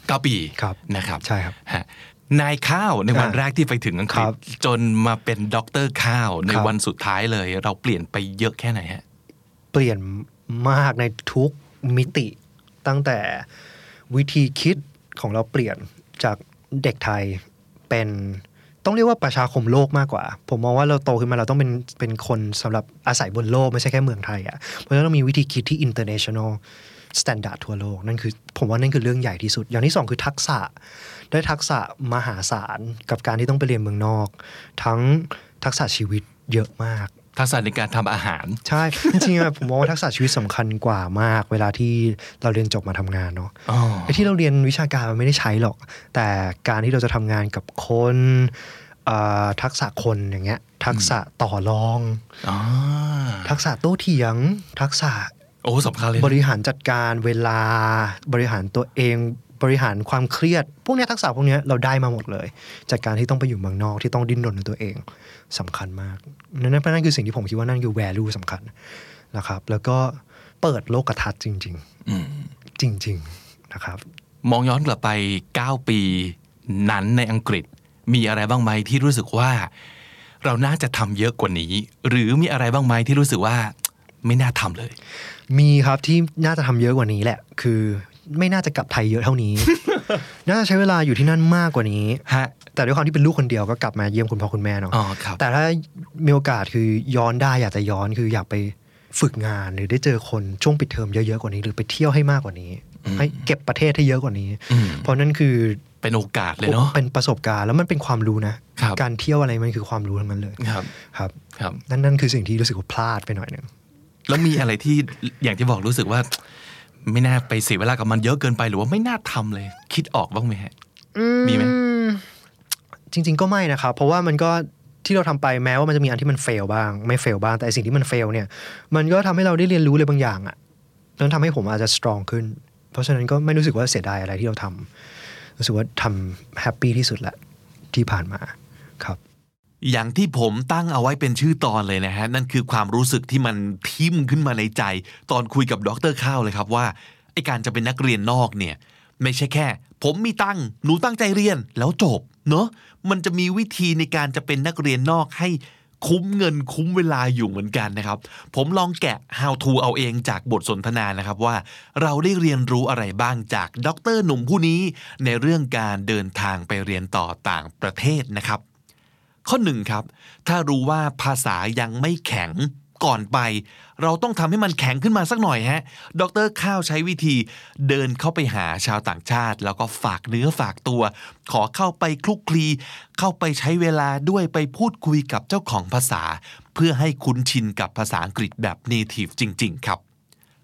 เก้าปี
ครับ
นะครับ
ใช่ครับ
ฮะนายข้าวในวัน
อ่า
แรกที่ไปถึงอังกฤ
ค
ษ
รับ
จนมาเป็นด็อกเตอร์ข้าวใน
ครับ
วันสุดท้ายเลย เราเปลี่ยนไปเยอะแค่ไหนฮะ
เปลี่ยนมากในทุกมิติ ตั้งแต่วิธีคิดของเราเปลี่ยนจากเด็กไทยเป็นต้องเรียกว่าประชาคมโลกมากกว่า ผมมองว่าเราโตขึ้นมาเราต้องเป็นเป็นคนสำหรับอาศัยบนโลก ไม่ใช่แค่เมืองไทยอะ่ะเพราะฉะนั้นเรามีวิธีคิดที่ international standard ทั่วโลก นั่นคือผมว่านั่นคือเรื่องใหญ่ที่สุด อย่างที่สองคือทักษะ ได้ทักษะมหาศาลกับการที่ต้องไปเรียนเมืองนอก ทั้งทักษะชีวิตเยอะมาก
ทักษะในการทำอาหาร
ใช่ จริงๆอะผมมองว่าทักษะชีวิตสำคัญกว่ามาก เวลาที่เราเรียนจบมาทำงานเนาะ
อ๋อ
ไอ้ที่เราเรียนวิชาการมันไม่ได้ใช้หรอก แต่การที่เราจะทำงานกับคนเอ่อทักษะคนอย่างเงี้ยทักษะต่อรอง
อ๋อ
ทักษะโต้เถียง ทักษะ
โอ้สำคัญเลย
บ
นะ
ริหารจัดการเวลา บริหารตัวเอง บริหารความเครียด พวกเนี้ยทักษะพวกเนี้ยเราได้มาหมดเลย จากการที่ต้องไปอยู่เมืองนอกที่ต้องดิ้นรนในตัวเองสำคัญมากนั่นนั่นนั่นคือสิ่งที่ผมคิดว่านั่นคือ value สำคัญ นะครับ แล้วก็เปิดโลกทัศน์จริง
อืม
ๆ จริง ๆ นะครับ
มองย้อนกลับไป 9 ปีนั้นในอังกฤษ มีอะไรบ้างไหมที่รู้สึกว่า เราน่าจะทำเยอะกว่านี้ หรือมีอะไรบ้างไหมที่รู้สึกว่า ไม่น่าทำเลย
มีครับที่น่าจะทำเยอะกว่านี้แหละ คือไม่น่าจะกลับไทยเยอะเท่า นี้ น่าจะใช้เวลาอยู่ที่นั่นมากกว่านี้
ฮะ
แต่ด้วยความที่เป็นลูกคนเดียวก็กลับมาเยี่ยมคุณพ่อคุณแม่เนาะ
อ๋อครับ
แต่ถ้ามีโอกาสคือย้อนได้อยากจะย้อนคืออยากไปฝึกงานหรือได้เจอคนช่วงปิดเทอมเยอะๆกว่านี้ หรือไปเที่ยวให้มากกว่านี้ ให้เก็บประเทศให้เยอะกว่านี้
อืม
เพราะนั่นคือ
เป็นโอกาสเลยเนาะ
นประสบการณ์แล้วมันเป็นความรู้นะครับ การเที่ยวอะไรมันคือความรู้ทั้งนั้นเลย
ครับ
ครับ
ครับ
นั่นนั่นคือสิ่งที่รู้สึกว่าพลาดไปหน่อยหนึง
แล้วมีอะไรที่อย่างที่บอกรู้สึกว่า ไม่น่าไปเสียเวลากับมันเยอะเกินไปหรือว่าไม่น่าทำเลย คิดออกบ้างไหมฮะ มีไหม
อืมจริง ๆ ก็ไม่นะครับ เพราะว่ามันก็ที่เราทำไปแม้ว่ามันจะมีอันที่มันเฟลบ้าง ไม่เฟลบ้างแต่ไอ้สิ่งที่มันเฟลเนี่ย มันก็ทำให้เราได้เรียนรู้อะไรบางอย่างอะ่ะนั้นทำให้ผมอาจจะสตรองขึ้น เพราะฉะนั้นก็ไม่รู้สึกว่าเสียดายอะไรที่เราทำรู้สึกว่าทำแฮปปี้ที่สุดละที่ผ่านมาครับ
อย่างที่ผมตั้งเอาไว้เป็นชื่อตอนเลยนะฮะ นั่นคือความรู้สึกที่มันทิ่มขึ้นมาในใจ ตอนคุยกับดรข้าวเลยครับว่าไอการจะเป็นนักเรียนนอกเนี่ย ไม่ใช่แค่ ผมมีตังค์หนูตั้งใจเรียนแล้วจบ เนอะมันจะมีวิธีในการจะเป็นนักเรียนนอกให้คุ้มเงินคุ้มเวลาอยู่เหมือนกันนะครับ ผมลองแกะ how to เอาเองจากบทสนทนานะครับว่า เราได้เรียนรู้อะไรบ้างจากดรหนุ่มผู้นี้ ในเรื่องการเดินทางไปเรียนต่อต่างประเทศนะครับ ข้อหนึ่งครับ ถ้ารู้ว่าภาษายังไม่แข็งก่อนไป เราต้องทำให้มันแข็งขึ้นมาสักหน่อยฮะ ดรข้าวใช้วิธีเดินเข้าไปหาชาวต่างชาติ แล้วก็ฝากเนื้อฝากตัว ขอเข้าไปคลุกคลี เข้าไปใช้เวลาด้วยไปพูดคุยกับเจ้าของภาษา เพื่อให้คุ้นชินกับภาษาอังกฤษแบบ native จริง ๆ ครับ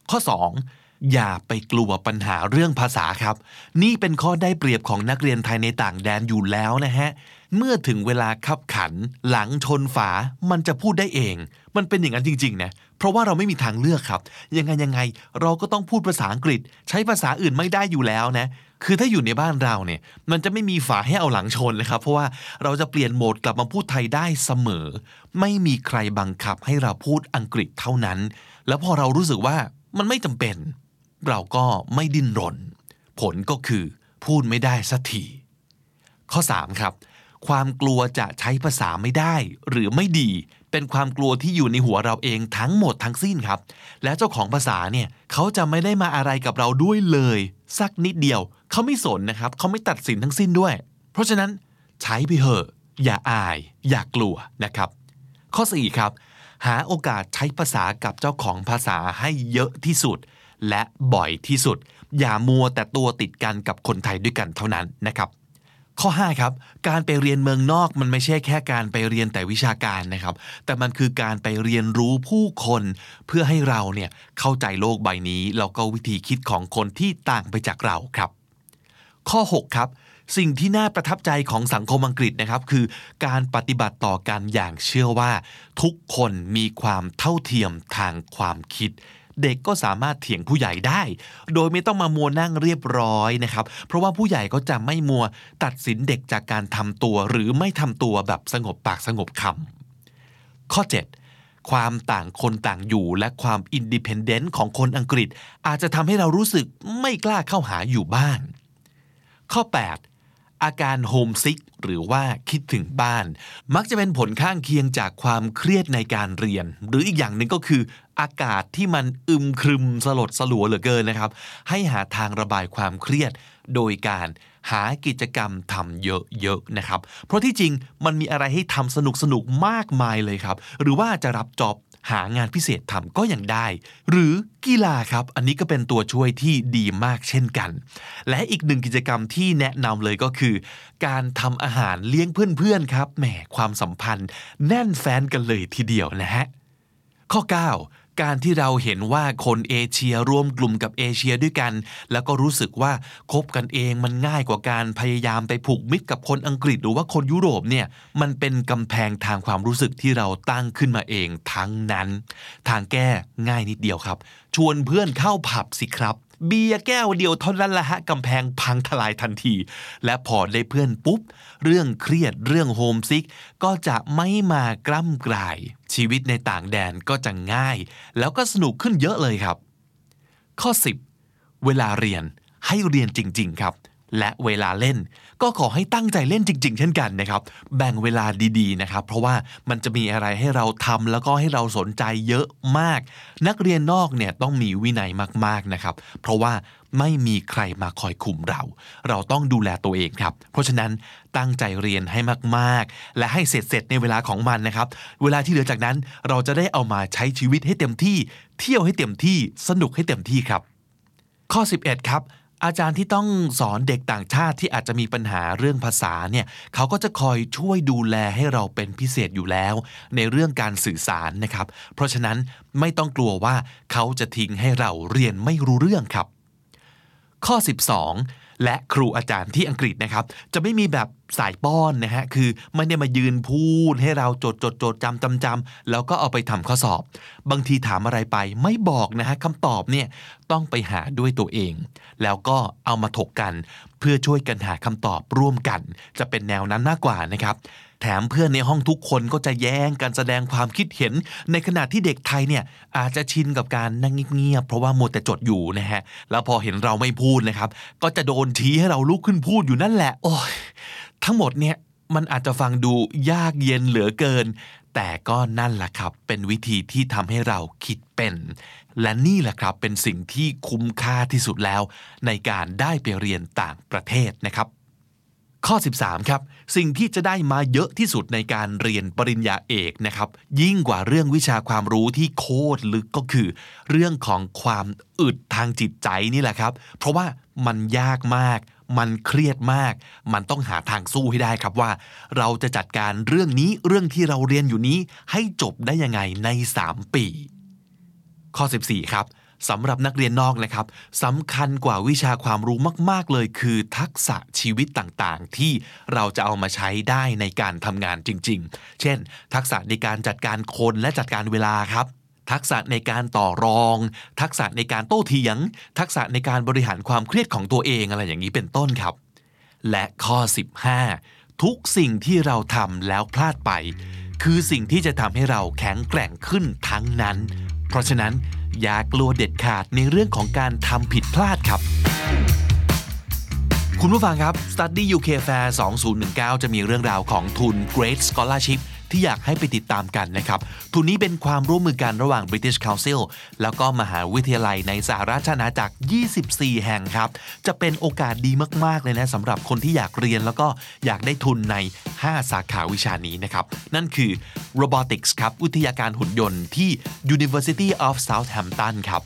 ข้อ 2. อย่าไปกลัวปัญหาเรื่องภาษาครับ นี่เป็นข้อได้เปรียบของนักเรียนไทยในต่างแดนอยู่แล้วนะฮะ เมื่อถึงเวลาขับขัน หลังชนฝามันจะพูดได้เอง มันเป็นอย่างนั้นจริงๆนะเพราะว่าเราไม่มีทางเลือกครับ ยังไงยังไงเราก็ต้องพูดภาษาอังกฤษ ใช้ภาษาอื่นไม่ได้อยู่แล้วนะ คือถ้าอยู่ในบ้านเราเนี่ย มันจะไม่มีฝาให้เอาหลังชนเลยครับ เพราะว่าเราจะเปลี่ยนโหมดกลับมาพูดไทยได้เสมอ ไม่มีใครบังคับให้เราพูดอังกฤษเท่านั้น แล้วพอเรารู้สึกว่ามันไม่จำเป็น เราก็ไม่ดิ้นรน ผลก็คือพูดไม่ได้สักที ข้อ 3 ครับ ความกลัวจะใช้ภาษาไม่ได้หรือไม่ดี เป็นความกลัวที่อยู่ในหัวเราเองทั้งหมดทั้งสิ้นครับ และเจ้าของภาษาเนี่ยเขาจะไม่ได้มาอะไรกับเราด้วยเลย สักนิดเดียว เขาไม่สนนะครับ เขาไม่ตัดสินทั้งสิ้นด้วย เพราะฉะนั้นใช้ไปเถอะอย่าอาย อย่ากลัวนะครับ ข้อ 4 ครับ หาโอกาสใช้ภาษากับเจ้าของภาษาให้เยอะที่สุด และบ่อยที่สุด อย่ามัวแต่ตัวติดกันกับคนไทยด้วยกันเท่านั้นนะครับ ข้อ 5 ครับ การไปเรียนเมืองนอกมันไม่ใช่แค่การไปเรียนแต่วิชาการนะครับ แต่มันคือการไปเรียนรู้ผู้คน เพื่อให้เราเนี่ยเข้าใจโลกใบนี้แล้วก็วิธีคิดของคนที่ต่างไปจากเราครับ ข้อ 6 ครับ สิ่งที่น่าประทับใจของสังคมอังกฤษนะครับ คือการปฏิบัติต่อกันอย่างเชื่อว่า ทุกคนมีความเท่าเทียมทางความคิด เด็กก็สามารถเถียงผู้ใหญ่ได้ โดยไม่ต้องมามัวนั่งเรียบร้อยนะครับ เพราะว่าผู้ใหญ่ก็จะไม่มัวตัดสินเด็กจากการทำตัวหรือไม่ทำตัวแบบสงบปากสงบคำ ข้อ 7 ความต่างคนต่างอยู่และความอินดิเพนเดนต์ของคนอังกฤษ อาจจะทำให้เรารู้สึกไม่กล้าเข้าหาอยู่บ้าง ข้อ 8 อาการโฮมซิกหรือว่าคิดถึงบ้าน มักจะเป็นผลข้างเคียงจากความเครียดในการเรียน หรืออีกอย่างหนึ่งก็คือ อากาศที่มันอึมครึมสลดสลัวเหลือเกินนะครับ ให้หาทางระบายความเครียด โดยการหากิจกรรมทำเยอะๆนะครับ เพราะที่จริงมันมีอะไรให้ทำสนุกๆมากมายเลยครับ หรือว่าจะรับจ็อบ หางานพิเศษทำก็ยังได้ หรือกีฬาครับ อันนี้ก็เป็นตัวช่วยที่ดีมากเช่นกัน และอีกหนึ่งกิจกรรมที่แนะนำเลยก็คือ การทำอาหารเลี้ยงเพื่อนๆครับแหมความสัมพันธ์ แน่นแฟนกันเลยทีเดียวนะฮะ ข้อ 9 การที่เราเห็นว่าคนเอเชียร่วมกลุ่มกับเอเชียด้วยกัน แล้วก็รู้สึกว่าคบกันเองมันง่ายกว่าการพยายามไปผูกมิตรกับคนอังกฤษหรือว่าคนยุโรปเนี่ยมันเป็นกำแพงทางความรู้สึกที่เราตั้งขึ้นมาเองทั้งนั้น ทางแก้ง่ายนิดเดียวครับ ชวนเพื่อนเข้าผับสิครับ เบียร์แก้วเดียวเท่านั้นละฮะกำแพงพังทลายทันที และพอได้เพื่อนปุ๊บ เรื่องเครียดเรื่องโฮมซิก ก็จะไม่มากล้ำกลาย ชีวิตในต่างแดนก็จะง่าย แล้วก็สนุกขึ้นเยอะเลยครับ ข้อ 10 เวลาเรียนให้เรียนจริง ๆ ครับ และเวลาเล่น ก็ขอให้ตั้งใจเล่นจริง ๆ เช่นกันนะครับ แบ่งเวลาดีๆนะครับ เพราะว่ามันจะมีอะไรให้เราทำแล้วก็ให้เราสนใจเยอะมาก นักเรียนนอกเนี่ยต้องมีวินัยมากๆนะครับ เพราะว่าไม่มีใครมาคอยคุมเรา เราต้องดูแลตัวเองครับ เพราะฉะนั้นตั้งใจเรียนให้มากๆ และให้เสร็จๆในเวลาของมันนะครับ เวลาที่เหลือจากนั้นเราจะได้เอามาใช้ชีวิตให้เต็มที่ เที่ยวให้เต็มที่สนุกให้เต็มที่ครับ ข้อ 11 ครับ อาจารย์ที่ต้องสอนเด็กต่างชาติที่อาจจะมีปัญหาเรื่องภาษาเนี่ยเขาก็จะคอยช่วยดูแลให้เราเป็นพิเศษอยู่แล้ว ในเรื่องการสื่อสารนะครับ เพราะฉะนั้นไม่ต้องกลัวว่าเขาจะทิ้งให้เราเรียนไม่รู้เรื่องครับ ข้อ 12 และครูอาจารย์ที่อังกฤษนะครับ จะไม่มีแบบสายป้อนนะฮะ คือไม่ได้มายืนพูดให้เราจดจดจดจำจำจำแล้วก็เอาไปทำข้อสอบ บางทีถามอะไรไปไม่บอกนะฮะคำตอบเนี่ยต้องไปหาด้วยตัวเอง แล้วก็เอามาถกกัน เพื่อช่วยกันหาคำตอบร่วมกัน จะเป็นแนวนั้นมากกว่านะครับ แถมเพื่อนในห้องทุกคนก็จะแย้งการแสดงความคิดเห็น ในขณะที่เด็กไทยเนี่ยอาจจะชินกับการนั่งเงียบๆเพราะว่ามัวแต่จดอยู่นะฮะ แล้วพอเห็นเราไม่พูดนะครับ ก็จะโดนชี้ให้เราลุกขึ้นพูดอยู่นั่นแหละ โอ้ย ทั้งหมดเนี่ยมันอาจจะฟังดูยากเย็นเหลือเกิน แต่ก็นั่นแหละครับ เป็นวิธีที่ทำให้เราคิดเป็น และนี่แหละครับเป็นสิ่งที่คุ้มค่าที่สุดแล้ว ในการได้ไปเรียนต่างประเทศนะครับ ข้อ 13 ครับ สิ่งที่จะได้มาเยอะที่สุดในการเรียนปริญญาเอกนะครับ ยิ่งกว่าเรื่องวิชาความรู้ที่โคตรลึกก็คือ เรื่องของความอึดทางจิตใจนี่แหละครับ เพราะว่ามันยากมาก มันเครียดมาก มันต้องหาทางสู้ให้ได้ครับว่า เราจะจัดการเรื่องนี้เรื่องที่เราเรียนอยู่นี้ ให้จบได้ยังไงใน 3 ปี ข้อ 14 ครับสำหรับนักเรียนนอกนะครับสำคัญกว่าวิชาความรู้มาก ๆ เลย คือทักษะชีวิตต่างๆ ที่เราจะเอามาใช้ได้ในการทำงานจริง ๆ เช่น ทักษะในการจัดการคนและจัดการเวลาครับ ทักษะในการต่อรอง ทักษะในการโต้เถียง ทักษะในการบริหารความเครียดของตัวเองอะไรอย่างนี้เป็นต้นครับ และข้อ 15 ทุกสิ่งที่เราทำแล้วพลาดไป คือสิ่งที่จะทำให้เราแข็งแกร่งขึ้นทั้งนั้น เพราะฉะนั้นอย่ากลัวเด็ดขาดในเรื่องของการทำผิดพลาดครับ คุณผู้ฟังครับ Study UK Fair 2019 จะมีเรื่องราวของทุน Great Scholarship ที่อยากให้ไปติดตามกันนะครับ ทุนนี้เป็นความร่วมมือกันระหว่าง British Council แล้วก็มหาวิทยาลัยในสหราชอาณาจักร 24 แห่งครับ จะเป็นโอกาสดีมาก ๆ เลยนะสำหรับคนที่อยากเรียนแล้วก็อยากได้ทุนใน 5 สาขาวิชานี้นะครับ นั่นคือ Robotics ครับ วิทยาการหุ่นยนต์ที่ University of Southampton ครับ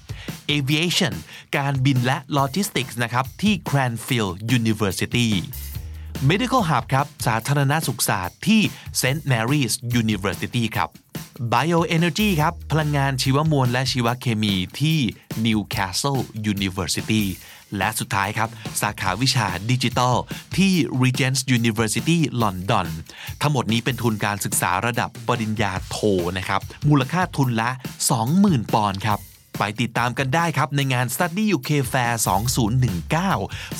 Aviation การบินและ Logistics นะครับที่ Cranfield University Medical Hub ครับ สาธารณสุขศาสตร์ที่ St. Mary's University ครับ Bioenergy ครับ พลังงานชีวมวลและชีวเคมีที่ Newcastle University และสุดท้ายครับ สาขาวิชาดิจิทัลที่ Regents University London ทั้งหมดนี้เป็นทุนการศึกษาระดับปริญญาโทนะครับ มูลค่าทุนละ 20,000 ปอนด์ครับ ไปติดตามกันได้ครับ ในงาน Study UK Fair 2019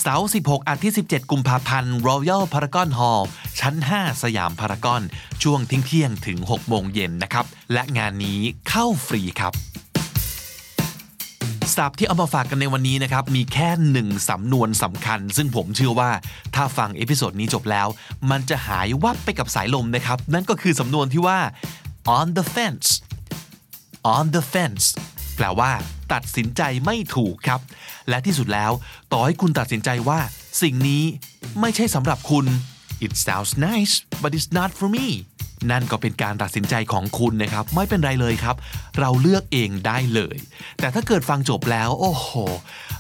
เสาร์ 16 อาทิตย์ 17 กุมภาพันธ์ Royal Paragon Hall ชั้น 5 สยามพารากอน ช่วงเที่ยงๆถึง 6 โมงเย็นนะครับ และงานนี้เข้าฟรีครับ ศัพท์ที่เอามาฝากกันในวันนี้นะครับ มีแค่หนึ่งสำนวนสำคัญ ซึ่งผมเชื่อว่าถ้าฟังเอพิโซดนี้จบแล้ว มันจะหายวับไปกับสายลมนะครับ นั่นก็คือสำนวนที่ว่า on the fence on the fence แปลว่าตัดสินใจไม่ถูกครับ และที่สุดแล้ว ต่อให้คุณตัดสินใจว่า สิ่งนี้ไม่ใช่สำหรับคุณ it sounds nice but it's not for me นั่นก็เป็นการตัดสินใจของคุณนะครับ ไม่เป็นไรเลยครับ เราเลือกเองได้เลย แต่ถ้าเกิดฟังจบแล้ว โอ้โห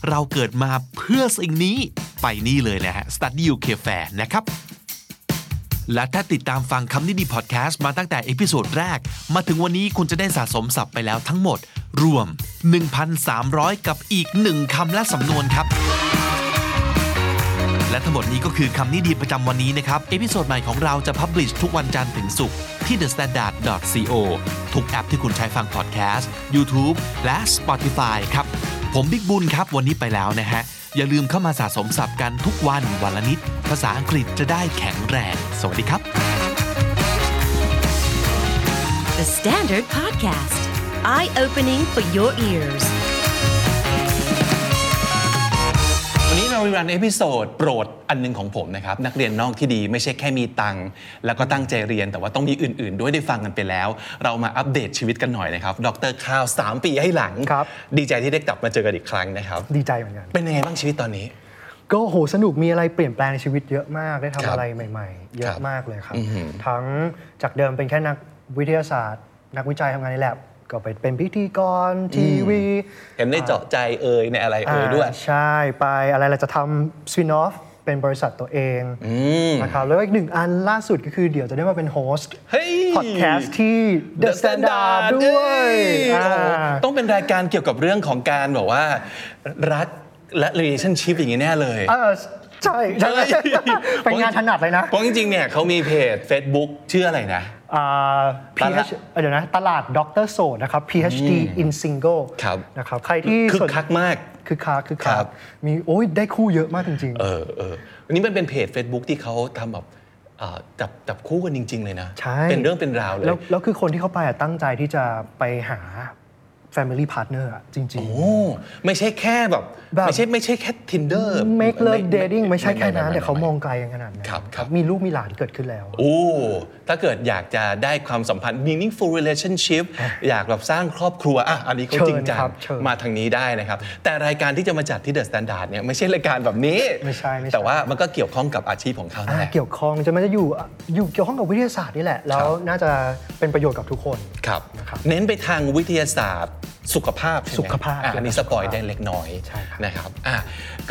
เราเกิดมาเพื่อสิ่งนี้ไปนี่เลยนะฮะ Study UK Fair นะครับ และถ้าติดตามฟังคำนี้ดีพอดแคสต์มาตั้งแต่เอพิโซดแรก มาถึงวันนี้คุณจะได้สะสมศัพท์ไปแล้วทั้งหมด รวม 1,300 กับอีก 1คำและสำนวนครับ และทั้งหมดนี้ก็คือคำนี้ดีประจำวันนี้นะครับ เอพิโซดใหม่ของเราจะพับลิชทุกวันจันทร์ถึงศุกร์ที่ thestandard.co ทุกแอปที่คุณใช้ฟังพอดแคสต์ YouTube และ Spotify ครับ
ผมบิ๊กบุญครับวันนี้ไปแล้วนะฮะ อย่าลืมเข้ามาสะสมศัพท์กันทุกวันวันละนิด ภาษาอังกฤษจะได้แข็งแรง สวัสดีครับ
The Standard Podcast, eye opening for your ears.
วันนี้เรามีรันเอพิโซดโปรดอันหนึงของผมนะครับ นักเรียนนอกที่ดีไม่ใช่แค่มีตังค์แล้วก็ตั้งใจเรียนแต่ว่าต้องมีอื่น ๆ ด้วยได้ฟังกันไปแล้ว เรามาอัปเดตชีวิตกันหน่อยนะครับ ดรข้าว 3 ปีให้หลัง
ครับ
ดีใจที่ได้กลับมาเจอกันอีกครั้งนะครับ
ดีใจเหมือนกัน
เป็นยังไงบ้างชีวิตตอนนี้
ก็โหสนุกมีอะไรเปลี่ยนแปลงในชีวิตเยอะมากได้ทำ
ครับ
อะไรใหม่ ๆ เย
ครั
อะ
บ
มากเลยครับ
อือหือ
ทั้งจากเดิมเป็นแค่นักวิทยาศาสตร์ นักวิจัยทำงานในแลบก็ไปเป็นพิธีกรทีวี
เห็นได้เจาะใจเอ่ยในอะไรเอ่ยด้วย
าใช่ไปอะไรเราจะทำสปินอฟเป็นบริษัทตัวเอง
ม
นะครับแล้วก็อีกหนึ่งอันล่าสุดก็คือเดี๋ยวจะได้มาเป็นโฮสต์
เฮ้ย
พอดแคสต์ที่ The
The
Standard
Standard
ด้วย
เอ้ย
อ่า
โอ้โหต้องเป็นรายการเกี่ยวกับเรื่องของการแบบว่า รักและ relationship อย่างนี้แน่เลย
เออใช่ใช่
เฮ้ย
เป็นงานถนัดเลยนะ
เพราะจริงๆ เนี่ยเขามีเพจ Facebook ชื่ออะไรนะ
อ่า
ตลาด
PH เดี๋ยวนะ ตลาดด็อกเตอร์โซนะครับ PhD in single
ครับ
นะครับใครที่
คึก
สน
คักมาก
คือคักคือคั
ครั
ก
บ
มีโอ้ยได้คู่เยอะมากจริง
เออเออวันนี้มันเป็นเพจ Facebook ที่เขาทำแบบอ่าจับจับคู่กันจริง ๆ เลยนะ
ใช่
เป็นเรื่องเป็นราวเล
ๆ
ย
แล้วแล้วคือคนที่เข้าไปอะตั้งใจที่จะไปหา Family Partner อะจริง
โอ้ ไม่ใช่แค่แบบ
แบบ
ไม่ใช่ไม่ใช่แค่ Tinder
ๆ Make Love Dating ไม่ใช่แค่นั้น
ไไไ
แต่เขามองไกลกันขนาดนั้น
ครับครับ
มีลูกมีหลานเกิดขึ้นแล้ว
โอ้ ถ้าเกิดอยากจะได้ความสัมพันธ์ meaningful relationship อยากแบบสร้างครอบครัว อ่ะ อันนี้ก็
เชิญ
จริงจัง
ครับเชิญ
มาทางนี้ได้นะครับ แต่รายการที่จะมาจัดที่ The Standard เนี่ยไม่ใช่รายการแบบนี้
ไม่ใช่ไม่ใช่
แต่ว่ามันก็เกี่ยวข้องกับอาชีพของเขานั่นแห
อ่า
ละ
เกี่ยวข้องจะมันจะอยู่อยู่เกี่ยวข้องกับวิทยาศาสตร์นี่แหละ แล้ว
ครับ
น่าจะเป็นประโยชน์กับทุกคน
ครับ
นะครับ
เน้นไปทางวิทยาศาสตร์ สุขภาพใช่ไหม
สุขภาพ
อะอันนี้สปอยได้เล็กน้อย
ใช่ครับ
นะครับอ่ะ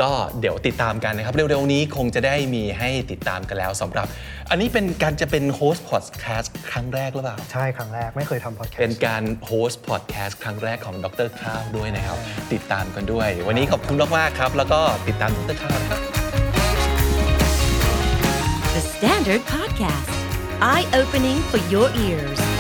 ก็เดี๋ยวติดตามกันนะครับ เร็วๆนี้คงจะได้มีให้ติดตามกันแล้วสำหรับ อันนี้เป็นการจะเป็นโฮสต์พอดแคสต์ครั้งแรกหรือเปล่า
ใช่ครั้งแรกไม่เคยทำพอดแคส
เป็น
ต์
การโฮสต์พอดแคสต์ครั้งแรกของดรข้าวด้วยนะครับ ติดตามกันด้วย วันนี้ขอบคุณมากๆครับ แล้วก็ติดตามดรข้าวนะครับ
The Standard Podcast, eye opening for your ears.